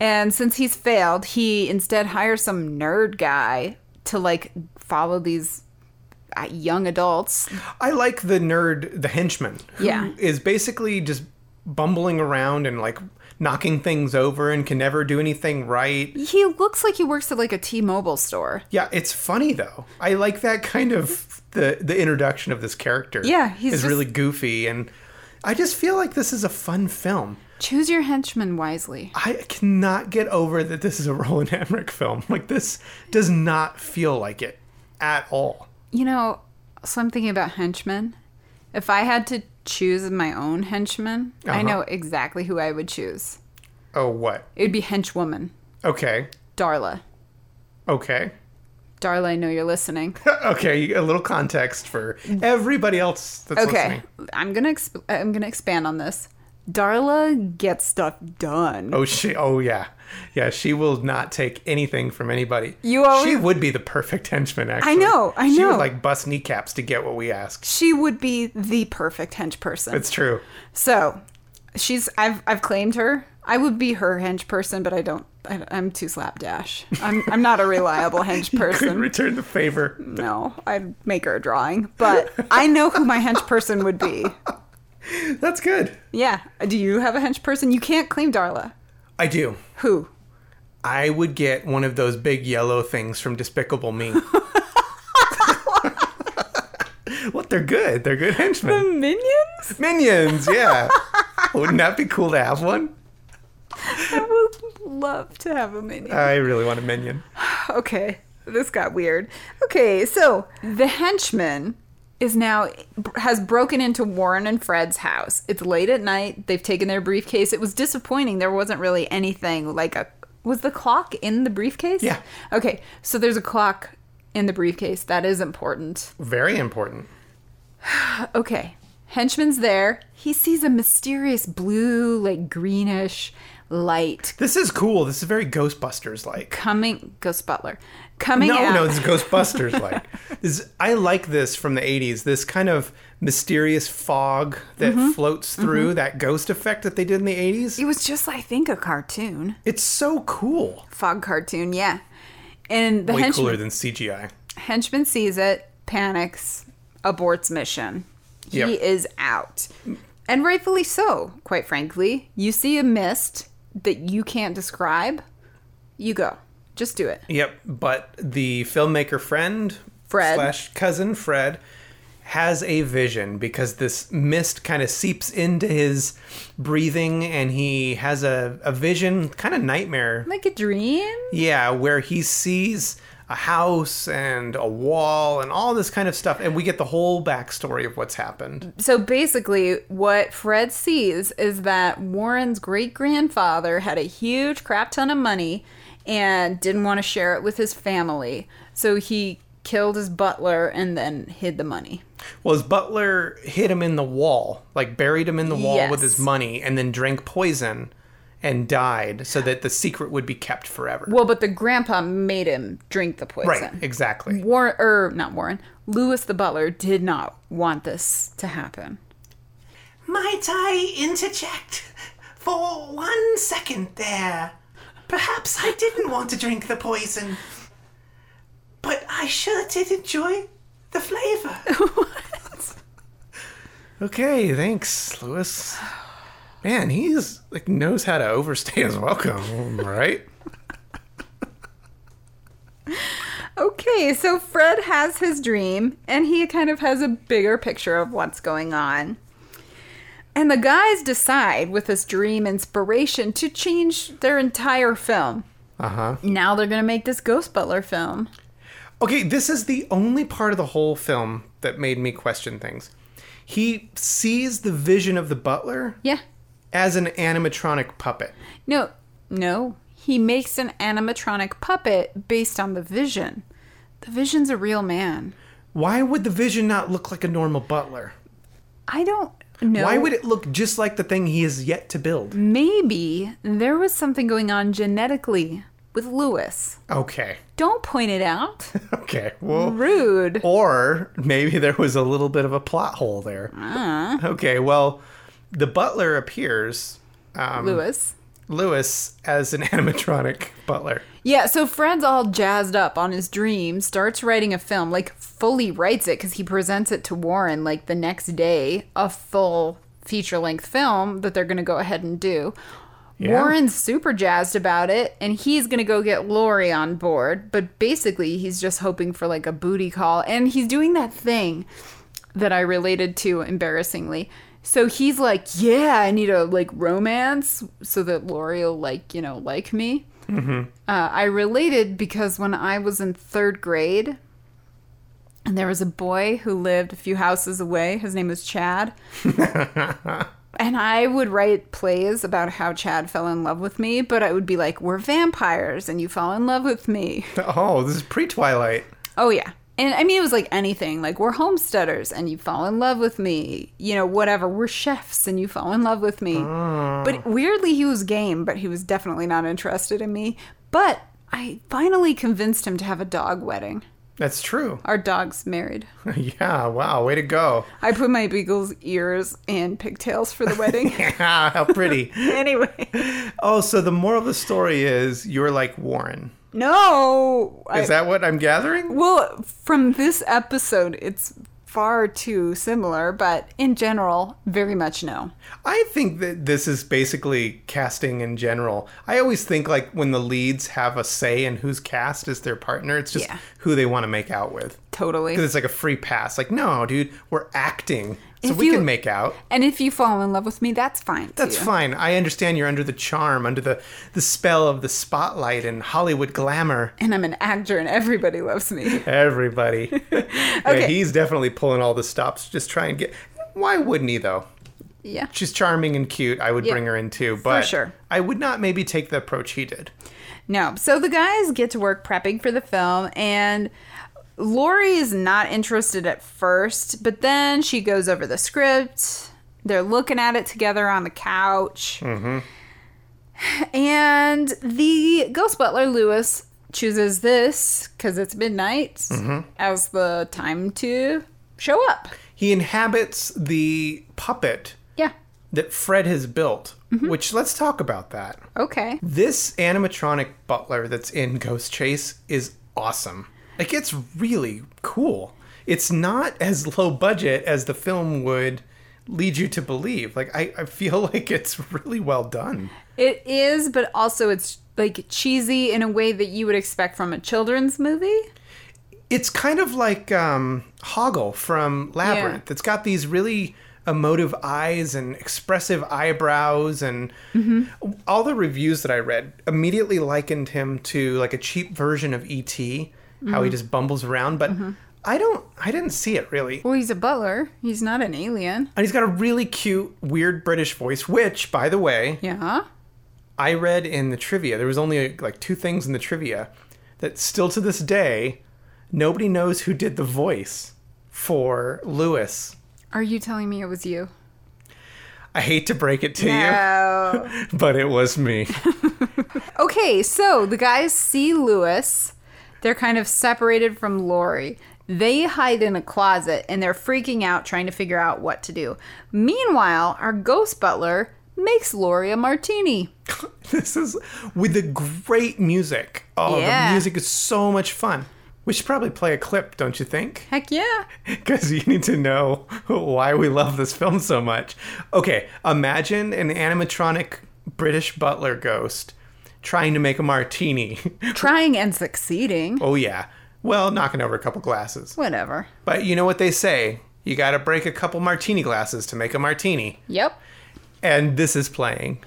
Speaker 3: And since he's failed, he instead hires some nerd guy to like follow these uh, young adults.
Speaker 2: I like the nerd, the henchman, who
Speaker 3: Yeah.
Speaker 2: is basically just bumbling around and like knocking things over and can never do anything right.
Speaker 3: He looks like he works at like a T Mobile store.
Speaker 2: Yeah, it's funny though. I like that kind of the the introduction of this character.
Speaker 3: Yeah, he's
Speaker 2: is
Speaker 3: just-
Speaker 2: really goofy, and I just feel like this is a fun film.
Speaker 3: Choose your henchman wisely.
Speaker 2: I cannot get over that this is a Roland Emmerich film. Like this does not feel like it at all.
Speaker 3: You know, so I'm thinking about henchmen. If I had to choose my own henchman, I
Speaker 2: Uh-huh.
Speaker 3: know exactly who I would choose.
Speaker 2: Oh, what?
Speaker 3: It would be henchwoman,
Speaker 2: Okay,
Speaker 3: Darla.
Speaker 2: okay,
Speaker 3: Darla, I know you're listening.
Speaker 2: okay. A little context for everybody else that's
Speaker 3: Okay,
Speaker 2: listening.
Speaker 3: I'm gonna exp- I'm gonna expand on this. Darla gets stuff done.
Speaker 2: Oh, she. Oh, yeah, yeah. She will not take anything from anybody.
Speaker 3: You always-
Speaker 2: She would be the perfect henchman. Actually,
Speaker 3: know, I
Speaker 2: She
Speaker 3: know.
Speaker 2: would like bust kneecaps to get what we asked.
Speaker 3: She would be the perfect hench person.
Speaker 2: It's true.
Speaker 3: so, she's I've I've claimed her. I would be her hench person, but I don't. I, I'm too slapdash. I'm I'm not a reliable hench person.
Speaker 2: Couldn't return the favor.
Speaker 3: No, I'd make her a drawing, but I know who my hench person would be.
Speaker 2: That's good.
Speaker 3: Yeah. Do you have a hench person? You can't claim Darla.
Speaker 2: I do.
Speaker 3: Who?
Speaker 2: I would get one of those big yellow things from Despicable Me. what? They're good. They're good
Speaker 3: Mm.
Speaker 2: henchmen.
Speaker 3: Minions?
Speaker 2: Minions, yeah. Wouldn't that be cool to have one?
Speaker 3: I would love to have a minion.
Speaker 2: I really want a minion.
Speaker 3: okay. This got weird. Okay, so the henchman is now has broken into Warren and Fred's house. It's late at night. They've taken their briefcase. It was disappointing. There wasn't really anything like a was the clock in the briefcase?
Speaker 2: Yeah.
Speaker 3: Okay. So there's a clock in the briefcase. That is important.
Speaker 2: Very important.
Speaker 3: Okay. Henchman's there. He sees a mysterious blue, like greenish light
Speaker 2: This is cool. This is very Ghostbusters like.
Speaker 3: coming. Ghost Butler. Coming
Speaker 2: No,
Speaker 3: out.
Speaker 2: no, it's Ghostbusters like. This I like this from the 80s. This kind of mysterious fog that floats through that ghost effect that they did in the 80s.
Speaker 3: it was just, I think, a cartoon.
Speaker 2: It's so cool.
Speaker 3: Fog cartoon, yeah. And the
Speaker 2: Way
Speaker 3: henchman,
Speaker 2: cooler than CGI.
Speaker 3: henchman sees it, panics, aborts mission. He
Speaker 2: Yep.
Speaker 3: is out. And rightfully so, quite frankly. You see a mist that you can't describe, you go. Just do it.
Speaker 2: Yep, but the filmmaker friend
Speaker 3: Fred.
Speaker 2: slash cousin Fred has a vision because this mist kind of seeps into his breathing and he has a, a vision kind of nightmare
Speaker 3: Like a dream?
Speaker 2: yeah where he sees a house and a wall and all this kind of stuff and we get the whole backstory of what's happened
Speaker 3: So basically, what Fred sees is that Warren's great grandfather had a huge crap ton of money and didn't want to share it with his family. So he killed his butler and then hid the money.
Speaker 2: well his butler hit him in the wall like buried him in the wall with
Speaker 3: Yes.
Speaker 2: his money and then drank poison and died so that the secret would be kept forever
Speaker 3: Well, but the grandpa made him drink the poison.
Speaker 2: Right, exactly.
Speaker 3: Warren, or not Warren, Lewis the butler did not want this to happen.
Speaker 1: Might I interject for one second there? Perhaps I didn't want to drink the poison, but I sure did enjoy the flavor.
Speaker 2: Okay, thanks, Lewis. Man, he's like knows how to overstay his welcome, right?
Speaker 3: Okay, so Fred has his dream, and he kind of has a bigger picture of what's going on. And the guys decide, with this dream inspiration, to change their entire film.
Speaker 2: Uh huh.
Speaker 3: Now they're going to make this Ghost Butler film.
Speaker 2: Okay, this is the only part of the whole film that made me question things. He sees the vision of the butler
Speaker 3: Yeah.
Speaker 2: as an animatronic puppet.
Speaker 3: No, no. He makes an animatronic puppet based on the vision. The vision's a real man.
Speaker 2: Why would the vision not look like a normal butler?
Speaker 3: I don't know.
Speaker 2: Why would it look just like the thing he is yet to build?
Speaker 3: Maybe there was something going on genetically with Lewis.
Speaker 2: Okay.
Speaker 3: Don't point it out.
Speaker 2: Okay. Well,
Speaker 3: Rude.
Speaker 2: or maybe there was a little bit of a plot hole there. Okay, well, the butler appears, um,
Speaker 3: Lewis.
Speaker 2: Lewis, as an animatronic butler.
Speaker 3: Yeah, so Fred's all jazzed up on his dream, starts writing a film, like fully writes it because he presents it to Warren like the next day, a full feature length film that they're going to go ahead and do. Warren's super jazzed about it, and he's going to go get Lori on board, but basically he's just hoping for like a booty call, and he's doing that thing that I related to embarrassingly. So he's like, "Yeah, I need a like romance so that Lori will like you know like me." Uh, I related because when I was in third grade, and there was a boy who lived a few houses away. His name was Chad. and I would write plays about how Chad fell in love with me, but I would be like, We're vampires and you fall in love with me.
Speaker 2: Oh, this is pre Twilight.
Speaker 3: Oh, yeah. And I mean, it was like anything like, We're homesteaders and you fall in love with me. You know, whatever. We're chefs and you fall in love with me.
Speaker 2: Ah.
Speaker 3: But weirdly, he was game, but he was definitely not interested in me. But I finally convinced him to have a dog wedding.
Speaker 2: That's true.
Speaker 3: Our dog's married.
Speaker 2: yeah, wow, way to go.
Speaker 3: I put my beagle's ears and pigtails for the wedding.
Speaker 2: Yeah, how pretty.
Speaker 3: anyway,
Speaker 2: oh, so the moral of the story is you're like Warren.
Speaker 3: no. I-
Speaker 2: Is that what I'm gathering?
Speaker 3: well, from this episode, it's far too similar, but in general, very much no.
Speaker 2: I think that this is basically casting in general. I always think like when the leads have a say in who's cast as their partner, it's just
Speaker 3: Yeah.
Speaker 2: who they want to make out with.
Speaker 3: Totally.
Speaker 2: Because it's like a free pass. Like, no, dude, we're acting. So
Speaker 3: If
Speaker 2: we
Speaker 3: you-
Speaker 2: can make out.
Speaker 3: And if you fall in love with me, that's fine.
Speaker 2: That's
Speaker 3: too.
Speaker 2: fine. I understand you're under the charm, under the, the spell of the spotlight and Hollywood glamour.
Speaker 3: And I'm an actor and everybody loves me.
Speaker 2: Everybody. yeah, he's definitely pulling all the stops. Just try and get. Why wouldn't he, though?
Speaker 3: Yeah.
Speaker 2: She's charming and cute. I would
Speaker 3: Yeah,
Speaker 2: bring her in too, but
Speaker 3: sure.
Speaker 2: I would not maybe take the approach he did.
Speaker 3: No. So the guys get to work prepping for the film, and Lori is not interested at first, but then she goes over the script. They're looking at it together on the couch.
Speaker 2: Mm-hmm.
Speaker 3: And the ghost butler, Lewis, chooses this because it's midnight
Speaker 2: Mm-hmm.
Speaker 3: as the time to show up.
Speaker 2: He inhabits the puppet
Speaker 3: Yeah.
Speaker 2: that Fred has built,
Speaker 3: Mm-hmm.
Speaker 2: which let's talk about that.
Speaker 3: Okay.
Speaker 2: This animatronic butler that's in Ghost Chase is awesome. Like it's really cool. It's not as low budget as the film would lead you to believe. Like I, I feel like it's really well done.
Speaker 3: It is, but also it's like cheesy in a way that you would expect from a children's movie.
Speaker 2: It's kind of like um, Hoggle from Labyrinth. It's got these really emotive eyes and expressive eyebrows, and all the reviews that I read immediately likened him to like a cheap version of ET, how he just bumbles around. But I don't, I didn't see it really.
Speaker 3: Well, he's a butler. He's not an alien.
Speaker 2: And he's got a really cute, weird British voice, which, by the way,
Speaker 3: Yeah.
Speaker 2: I read in the trivia. There was only like two things in the trivia that still to this day nobody knows who did the voice for Lewis.
Speaker 3: Are you telling me it was you?
Speaker 2: I hate to break it to
Speaker 3: No.
Speaker 2: you, but it was me.
Speaker 3: okay, so the guys see Lewis. They're kind of separated from Lori. They hide in a closet and they're freaking out trying to figure out what to do. Meanwhile, our ghost butler makes Lori a martini.
Speaker 2: This is with the great music. Oh,
Speaker 3: Yeah.
Speaker 2: the music is so much fun. We should probably play a clip, don't you think?
Speaker 3: Heck yeah.
Speaker 2: Because you need to know why we love this film so much. Okay, imagine an animatronic British butler ghost trying to make a martini.
Speaker 3: Trying and succeeding.
Speaker 2: oh, yeah. Well, knocking over a couple glasses.
Speaker 3: Whatever.
Speaker 2: But you know what they say? You gotta break a couple martini glasses to make a martini.
Speaker 3: Yep.
Speaker 2: And this is playing.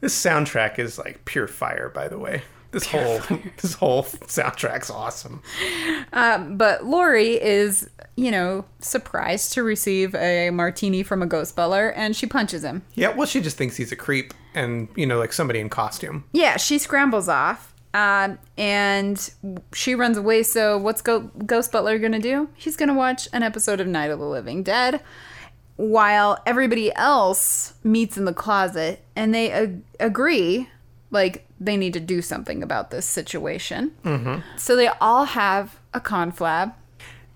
Speaker 2: This soundtrack is like pure fire, by the way. This whole this whole soundtrack's awesome.
Speaker 3: But Lori is, you know, surprised to receive a martini from a ghost butler and she punches him.
Speaker 2: Yeah, well, she just thinks he's a creep, and you know, like somebody in costume.
Speaker 3: Yeah, she scrambles off. Um, and she runs away. So, what's Go- Ghost Butler gonna do? He's gonna watch an episode of Night of the Living Dead while everybody else meets in the closet and they ag- agree, like, they need to do something about this situation. So, they all have a conflab.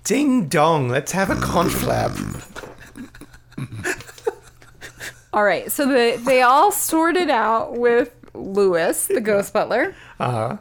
Speaker 2: Ding dong, let's have a conflab.
Speaker 3: All right, so the, they all sorted out with Lewis, the ghost butler. Uh-huh.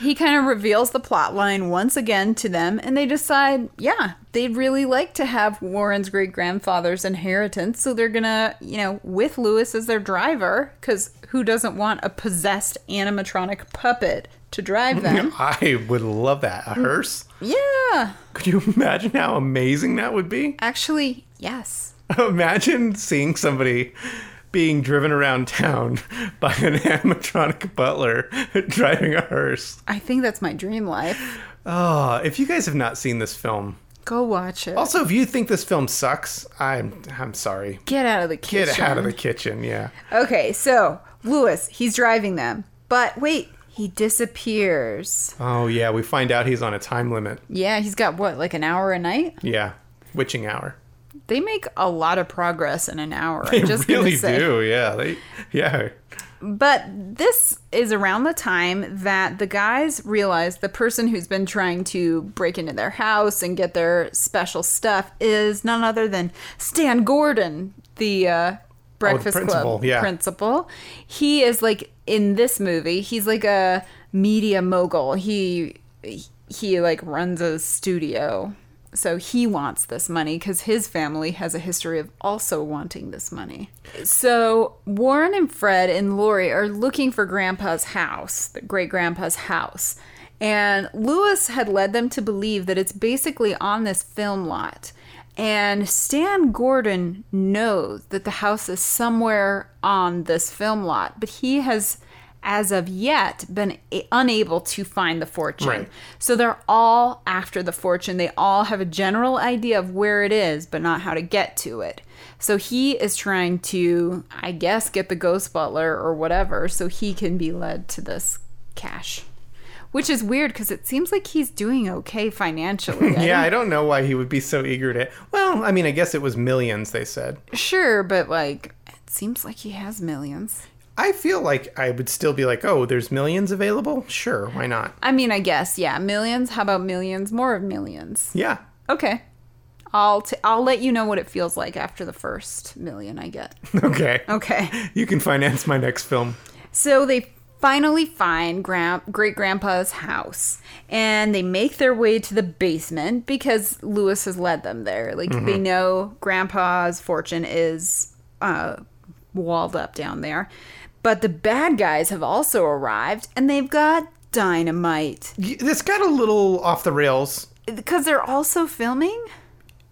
Speaker 3: He kind of reveals the plot line once again to them, and they decide, yeah, they'd really like to have Warren's great grandfather's inheritance. So they're gonna, you know, with Lewis as their driver, because who doesn't want a possessed animatronic puppet to drive them?
Speaker 2: I would love that. A hearse?
Speaker 3: yeah,
Speaker 2: Could you imagine how amazing that would be?
Speaker 3: actually, yes.
Speaker 2: Imagine seeing somebody being driven around town by an animatronic butler driving a hearse.
Speaker 3: I think that's my dream life.
Speaker 2: Oh, if you guys have not seen this film,
Speaker 3: Go watch it.
Speaker 2: also if you think this film sucks, I'm I'm sorry.
Speaker 3: Get out of the kitchen.
Speaker 2: Get out of the kitchen, yeah.
Speaker 3: Okay, so Lewis, he's driving them. But wait, he disappears.
Speaker 2: Oh yeah, we find out he's on a time limit.
Speaker 3: Yeah, he's got what, like an hour a night?
Speaker 2: Yeah, witching hour.
Speaker 3: They make a lot of progress in an hour.
Speaker 2: They
Speaker 3: I'm just gonna
Speaker 2: really
Speaker 3: say.
Speaker 2: do, yeah. They, yeah,
Speaker 3: But this is around the time that the guys realize the person who's been trying to break into their house and get their special stuff is none other than Stan Gordon, the uh, Breakfast
Speaker 2: Oh, principal,
Speaker 3: Club
Speaker 2: yeah.
Speaker 3: principal. He is like in this movie. He's like a media mogul. He he like runs a studio. So he wants this money because his family has a history of also wanting this money. So Warren and Fred and Lori are looking for Grandpa's house, the great grandpa's house. And Lewis had led them to believe that it's basically on this film lot. And Stan Gordon knows that the house is somewhere on this film lot, but he has, as of yet, been a- unable to find the fortune.
Speaker 2: Right.
Speaker 3: So they're all after the fortune. They all have a general idea of where it is, but not how to get to it. So he is trying to, I guess, get the ghost butler or whatever so he can be led to this cash. Which is weird because it seems like he's doing okay financially. I
Speaker 2: yeah. I don't know why he would be so eager to. Well, I mean, I guess it was millions. They said.
Speaker 3: Sure, but like it seems like he has millions.
Speaker 2: I feel like I would still be like, oh, there's millions available? Sure, why not?
Speaker 3: I mean, I guess, yeah, millions. How about millions? More of millions.
Speaker 2: Yeah.
Speaker 3: Okay. I'll t- I'll let you know what it feels like after the first million I get.
Speaker 2: Okay.
Speaker 3: Okay.
Speaker 2: You can finance my next film.
Speaker 3: So they finally find grand- great grandpa's house and they make their way to the basement because Lewis has led them there. Like they know grandpa's fortune is uh, walled up down there. But the bad guys have also arrived and they've got dynamite
Speaker 2: Y- This got a little off the rails,
Speaker 3: because they're also filming.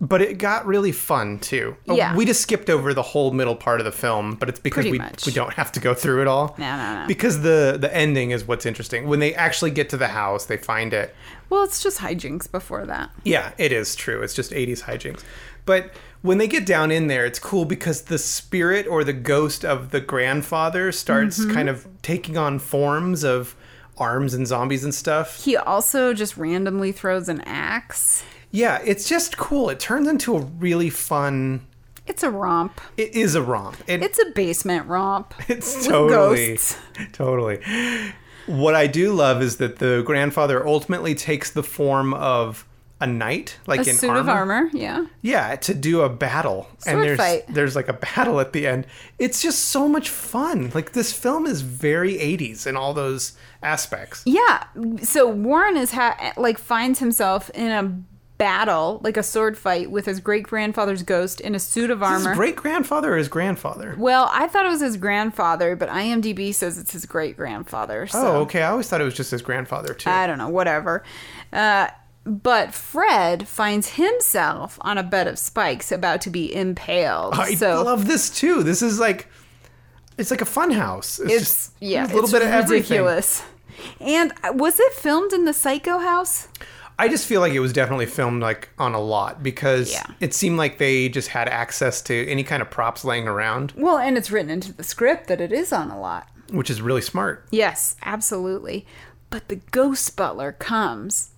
Speaker 2: but it got really fun too. Oh,
Speaker 3: Yeah.
Speaker 2: We just skipped over the whole middle part of the film, but it's because
Speaker 3: Pretty
Speaker 2: we,
Speaker 3: much.
Speaker 2: we don't have to go through it all.
Speaker 3: No, no, no.
Speaker 2: Because the, the ending is what's interesting. When they actually get to the house, they find it.
Speaker 3: Well, it's just hijinks before that.
Speaker 2: Yeah, it is true. It's just 80s hijinks. But when they get down in there, it's cool because the spirit or the ghost of the grandfather starts
Speaker 3: Mm-hmm.
Speaker 2: kind of taking on forms of arms and zombies and stuff.
Speaker 3: He also just randomly throws an axe.
Speaker 2: Yeah, it's just cool. It turns into a really fun
Speaker 3: It's a romp.
Speaker 2: It is a romp. It,
Speaker 3: It's a basement romp.
Speaker 2: It's
Speaker 3: with
Speaker 2: totally,
Speaker 3: ghosts.
Speaker 2: totally. What I do love is that the grandfather ultimately takes the form of a knight, like
Speaker 3: a
Speaker 2: in
Speaker 3: suit
Speaker 2: armor.
Speaker 3: of armor. Yeah.
Speaker 2: Yeah, to do a battle,
Speaker 3: Sword
Speaker 2: and there's
Speaker 3: fight.
Speaker 2: there's like a battle at the end. It's just so much fun. Like this film is very 80s in all those aspects.
Speaker 3: Yeah. So Warren is ha- like finds himself in a battle, like a sword fight, with his great grandfather's ghost in a suit of
Speaker 2: His
Speaker 3: armor.
Speaker 2: great grandfather or his grandfather?
Speaker 3: Well, I thought it was his grandfather, but IMDb says it's his great grandfather. So
Speaker 2: Oh, okay. I always thought it was just his grandfather too.
Speaker 3: I don't know, whatever. Uh, but Fred finds himself on a bed of spikes, about to be impaled.
Speaker 2: I
Speaker 3: so
Speaker 2: love this too. This is like it's like a fun house. It's,
Speaker 3: it's
Speaker 2: just
Speaker 3: yeah,
Speaker 2: a little
Speaker 3: it's
Speaker 2: bit of everything.
Speaker 3: ridiculous. And uh, was it filmed in the Psycho house?
Speaker 2: I just feel like it was definitely filmed like on a lot because
Speaker 3: Yeah.
Speaker 2: it seemed like they just had access to any kind of props laying around,
Speaker 3: Well, and it's written into the script that it is on a lot.
Speaker 2: which is really smart.
Speaker 3: Yes, absolutely. But the ghost butler comes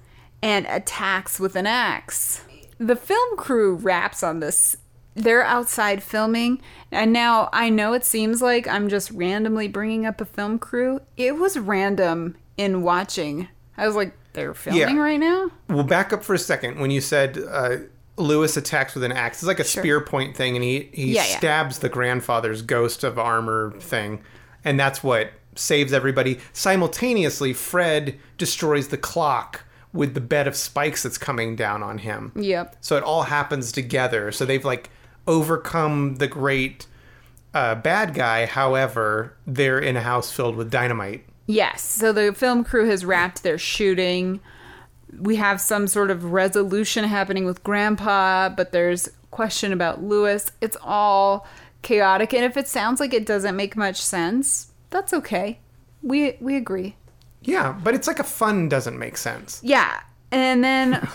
Speaker 3: and attacks with an axe. The film crew raps on this. They're outside filming, and now I know it seems like I'm just randomly bringing up a film crew. It was random in watching. I was like, they're filming right now?
Speaker 2: Well, back up for a second when you said uh, Lewis attacks with an axe. It's like a spear point thing, and he he
Speaker 3: Yeah, yeah.
Speaker 2: stabs the grandfather's ghost of armor thing, and that's what saves everybody. Simultaneously, Fred destroys the clock with the bed of spikes that's coming down on him.
Speaker 3: Yep.
Speaker 2: So it all happens together. So they've like overcome the great uh, bad guy. However, they're in a house filled with dynamite.
Speaker 3: Yes. So the film crew has wrapped their shooting. We have some sort of resolution happening with Grandpa, but there's question about Lewis. It's all chaotic, and if it sounds like it doesn't make much sense, that's okay. We we agree.
Speaker 2: Yeah, but it's like a fun doesn't make sense.
Speaker 3: Yeah. And then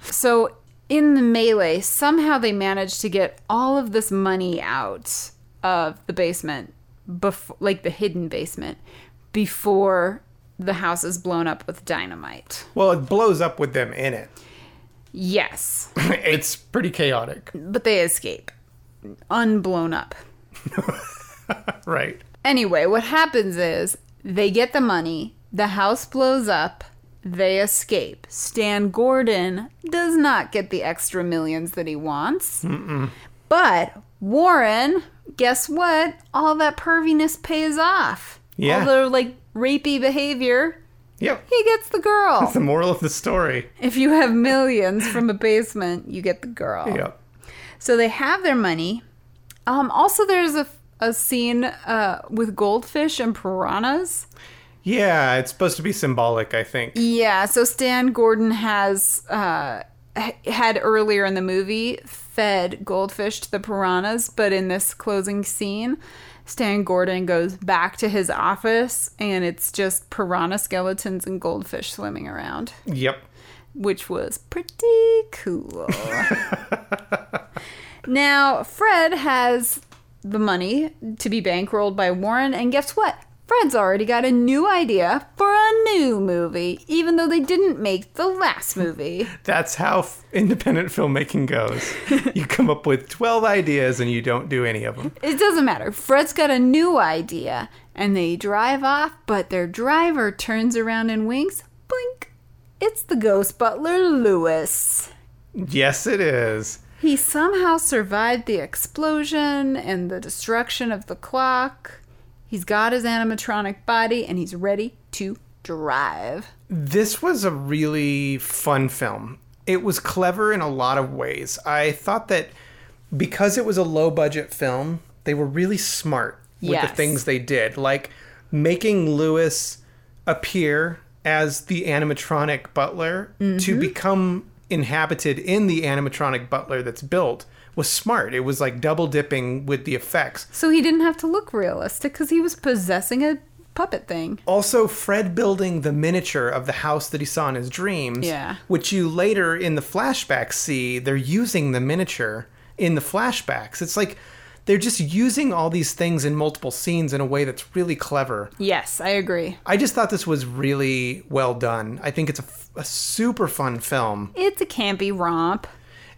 Speaker 3: so in the melee, somehow they managed to get all of this money out of the basement before like the hidden basement before the house is blown up with dynamite.
Speaker 2: Well, it blows up with them in it.
Speaker 3: Yes.
Speaker 2: it's pretty chaotic.
Speaker 3: But they escape unblown up.
Speaker 2: Right.
Speaker 3: Anyway, what happens is they get the money, the house blows up, they escape. Stan Gordon does not get the extra millions that he wants. But Warren, guess what? All that perviness pays off.
Speaker 2: Yeah.
Speaker 3: All their like rapey behavior,
Speaker 2: Yep.
Speaker 3: he gets the girl.
Speaker 2: The moral of the story.
Speaker 3: if you have millions from a basement, you get the girl.
Speaker 2: Yep.
Speaker 3: So they have their money. Um, also, there's a, a scene uh, with goldfish and piranhas.
Speaker 2: Yeah, it's supposed to be symbolic, I think.
Speaker 3: Yeah, so Stan Gordon has uh, h- had earlier in the movie fed goldfish to the piranhas, but in this closing scene, Stan Gordon goes back to his office and it's just piranha skeletons and goldfish swimming around,
Speaker 2: Yep.
Speaker 3: which was pretty cool. now, Fred has the money to be bankrolled by Warren, and guess what? Fred's already got a new idea for a new movie, even though they didn't make the last movie.
Speaker 2: That's how f- independent filmmaking goes. you come up with 12 ideas and you don't do any of them.
Speaker 3: It doesn't matter. Fred's got a new idea, and they drive off, but their driver turns around and winks. Blink. It's the ghost butler, Lewis.
Speaker 2: Yes, it is.
Speaker 3: He somehow survived the explosion and the destruction of the clock. He's got his animatronic body and he's ready to drive.
Speaker 2: This was a really fun film. It was clever in a lot of ways. I thought that because it was a low budget film, they were really smart with the
Speaker 3: Yes.
Speaker 2: things they did, like making Lewis appear as the animatronic butler to become inhabited in the animatronic butler that's built was smart. It was like double dipping with the effects.
Speaker 3: So he didn't have to look realistic because he was possessing a puppet thing.
Speaker 2: Also, Fred building the miniature of the house that he saw in his dreams.
Speaker 3: Yeah.
Speaker 2: Which you later in the flashback see they're using the miniature in the flashbacks. It's like they're just using all these things in multiple scenes in a way that's really clever.
Speaker 3: Yes, I agree.
Speaker 2: I just thought this was really well done. I think it's a, f- a super fun film.
Speaker 3: It's a campy romp.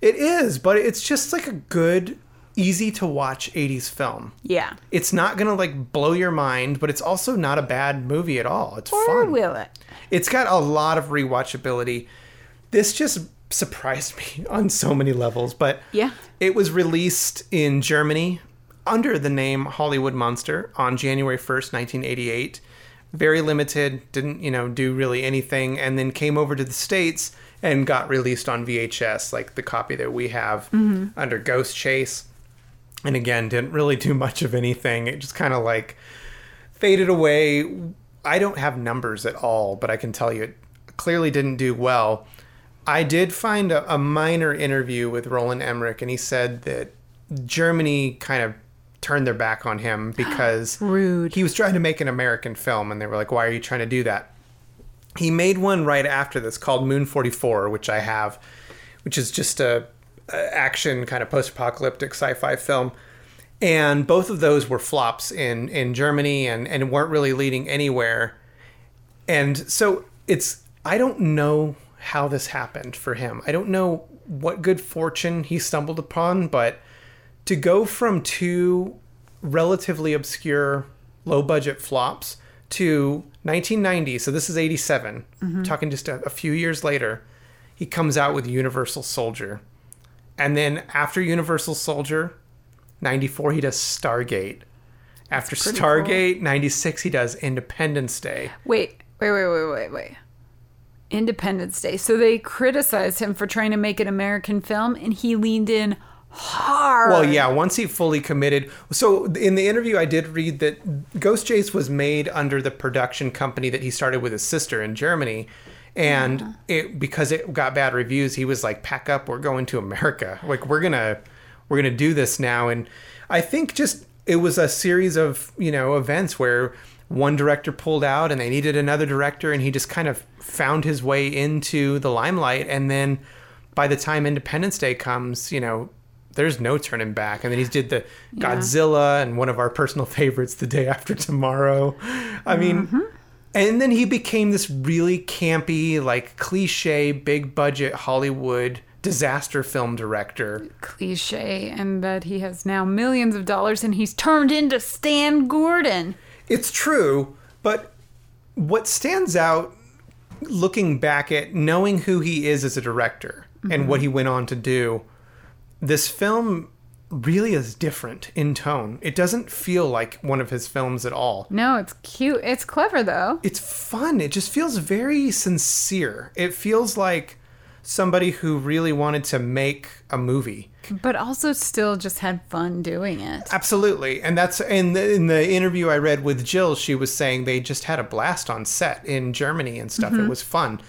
Speaker 2: It is, but it's just like a good, easy to watch 80s film.
Speaker 3: Yeah.
Speaker 2: It's not going to like blow your mind, but it's also not a bad movie at all. It's
Speaker 3: Or
Speaker 2: fun.
Speaker 3: will it?
Speaker 2: It's got a lot of rewatchability. This just surprised me on so many levels, but
Speaker 3: Yeah.
Speaker 2: It was released in Germany under the name Hollywood Monster on January 1st, 1988. Very limited, didn't, you know, do really anything and then came over to the states and got released on VHS like the copy that we have under Ghost Chase. And again, didn't really do much of anything. It just kind of like faded away. I don't have numbers at all, but I can tell you it clearly didn't do well. I did find a, a minor interview with Roland Emmerich, and he said that Germany kind of turned their back on him because
Speaker 3: Rude.
Speaker 2: he was trying to make an American film, and they were like, "Why are you trying to do that?" He made one right after this called Moon 44, which I have, which is just a, a action kind of post-apocalyptic sci-fi film. And both of those were flops in in Germany and and weren't really leading anywhere. And so it's I don't know how this happened for him. I don't know what good fortune he stumbled upon, but to go from two relatively obscure low budget flops to 1990, so this is 87, talking just a, a few years later, he comes out with Universal Soldier. And then after Universal Soldier, 94, he does Stargate. After Stargate, 96, he does Independence Day.
Speaker 3: Wait, wait, wait, wait, wait, wait. Independence Day. So they criticized him for trying to make an American film, and he leaned in hard.
Speaker 2: Well, yeah, once he fully committed. So in the interview, I did read that Ghost Chase was made under the production company that he started with his sister in Germany. And it because it got bad reviews, he was like, "Pack up, we're going to America. Like we're gonna, we're gonna do this now." And I think just it was a series of you know events where one director pulled out and they needed another director, and he just kind of found his way into the limelight. And then by the time Independence Day comes, you know, there's no turning back. And then he did the Godzilla and one of our personal favorites, The Day After Tomorrow. I mean, and then he became this really campy, like cliche, big budget Hollywood disaster film director.
Speaker 3: Cliche, and that he has now millions of dollars, and he's turned into Stan Gordon.
Speaker 2: It's true, but what stands out looking back at knowing who he is as a director and what he went on to do, this film really is different in tone. It doesn't feel like one of his films at all.
Speaker 3: No, it's cute. It's clever though.
Speaker 2: it's fun. It just feels very sincere. It feels like somebody who really wanted to make a movie.
Speaker 3: but also still just had fun doing it.
Speaker 2: Absolutely. And that's in the, in the interview I read with Jill, she was saying they just had a blast on set in Germany and stuff. It was fun.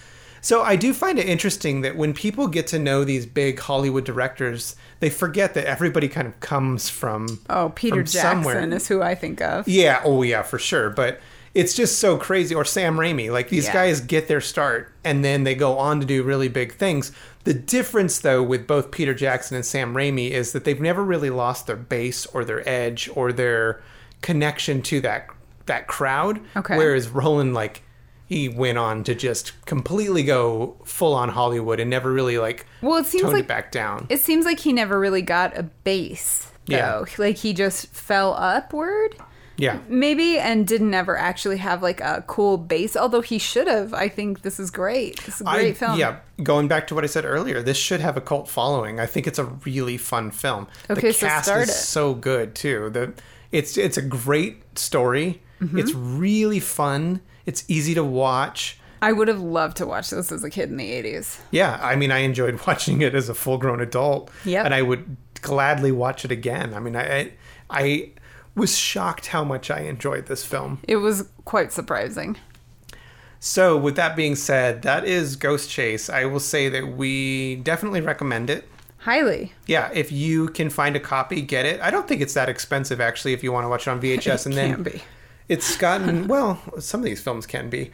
Speaker 2: So I do find it interesting that when people get to know these big Hollywood directors, they forget that everybody kind of comes from
Speaker 3: Oh, Peter
Speaker 2: from
Speaker 3: Jackson
Speaker 2: somewhere.
Speaker 3: is who I think of.
Speaker 2: Yeah, oh yeah, for sure. But it's just so crazy. Or Sam Raimi, like these
Speaker 3: Yeah.
Speaker 2: guys get their start and then they go on to do really big things. The difference though with both Peter Jackson and Sam Raimi is that they've never really lost their base or their edge or their connection to that that crowd.
Speaker 3: Okay.
Speaker 2: Whereas Roland like he went on to just completely go full on Hollywood and never really like
Speaker 3: Well, it seems
Speaker 2: toned
Speaker 3: like
Speaker 2: it back down.
Speaker 3: It seems like he never really got a base
Speaker 2: Yeah.
Speaker 3: though. Like he just fell upward.
Speaker 2: yeah.
Speaker 3: Maybe and didn't ever actually have like a cool base, although he should have. I think this is great. This is a great
Speaker 2: I-
Speaker 3: film.
Speaker 2: Yeah, going back to what I said earlier, this should have a cult following. I think it's a really fun film.
Speaker 3: Okay,
Speaker 2: the
Speaker 3: so
Speaker 2: cast
Speaker 3: start
Speaker 2: is
Speaker 3: it.
Speaker 2: so good too. The it's it's a great story.
Speaker 3: Mm-hmm.
Speaker 2: It's really fun. It's easy to watch.
Speaker 3: I would have loved to watch this as a kid in the eighties.
Speaker 2: Yeah, I mean, I enjoyed watching it as a full-grown adult.
Speaker 3: Yep.
Speaker 2: and I would gladly watch it again. I mean, I I, I was shocked how much I enjoyed this film.
Speaker 3: It was quite surprising.
Speaker 2: So, with that being said, that is Ghost Chase. I will say that we definitely recommend it.
Speaker 3: Highly.
Speaker 2: yeah, if you can find a copy, get it. I don't think it's that expensive actually if you want to watch it on VHS and then
Speaker 3: Can be.
Speaker 2: it's gotten well, some of these films can be.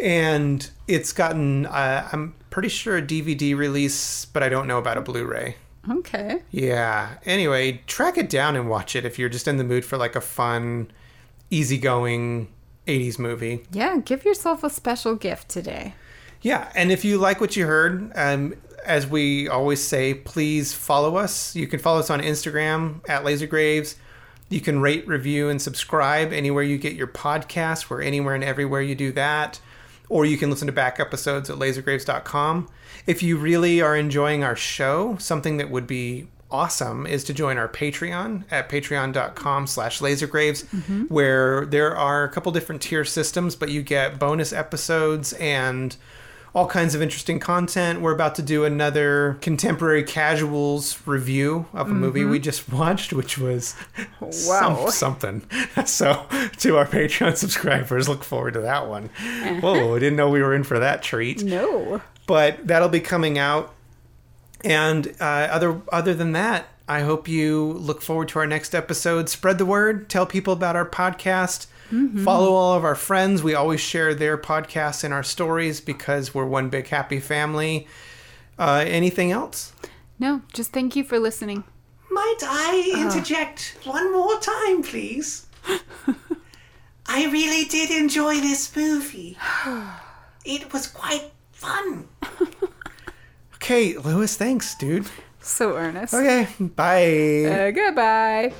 Speaker 2: And it's gotten uh, I'm pretty sure a DVD release, but I don't know about a Blu-ray.
Speaker 3: Okay.
Speaker 2: Yeah. Anyway, track it down and watch it if you're just in the mood for like a fun, easygoing 80s movie.
Speaker 3: Yeah, give yourself a special gift today.
Speaker 2: Yeah, and if you like what you heard, um, as we always say, please follow us. You can follow us on Instagram at LaserGraves. You can rate, review, and subscribe anywhere you get your podcasts. We're anywhere and everywhere you do that. Or you can listen to back episodes at lasergraves.com. If you really are enjoying our show, something that would be awesome is to join our Patreon at patreon.com slash lasergraves, where there are a couple different tier systems, but you get bonus episodes and all kinds of interesting content. We're about to do another contemporary casuals review of a movie we just watched, which was
Speaker 3: Mm-hmm. Wow.
Speaker 2: something. So, to our Patreon subscribers, look forward to that one. Whoa, I didn't know we were in for that treat
Speaker 3: Eh. No.
Speaker 2: but that'll be coming out. And uh, other other than that, I hope you look forward to our next episode. Spread the word, tell people about our podcast. Follow all of our friends. We always share their podcasts in our stories because we're one big happy family. Uh, anything else?
Speaker 3: No, just thank you for listening.
Speaker 1: Might I interject one more time, please? I really did enjoy this movie. It was quite fun.
Speaker 2: Okay, Lewis, thanks, dude.
Speaker 3: So earnest.
Speaker 2: Okay, bye.
Speaker 3: Uh, goodbye.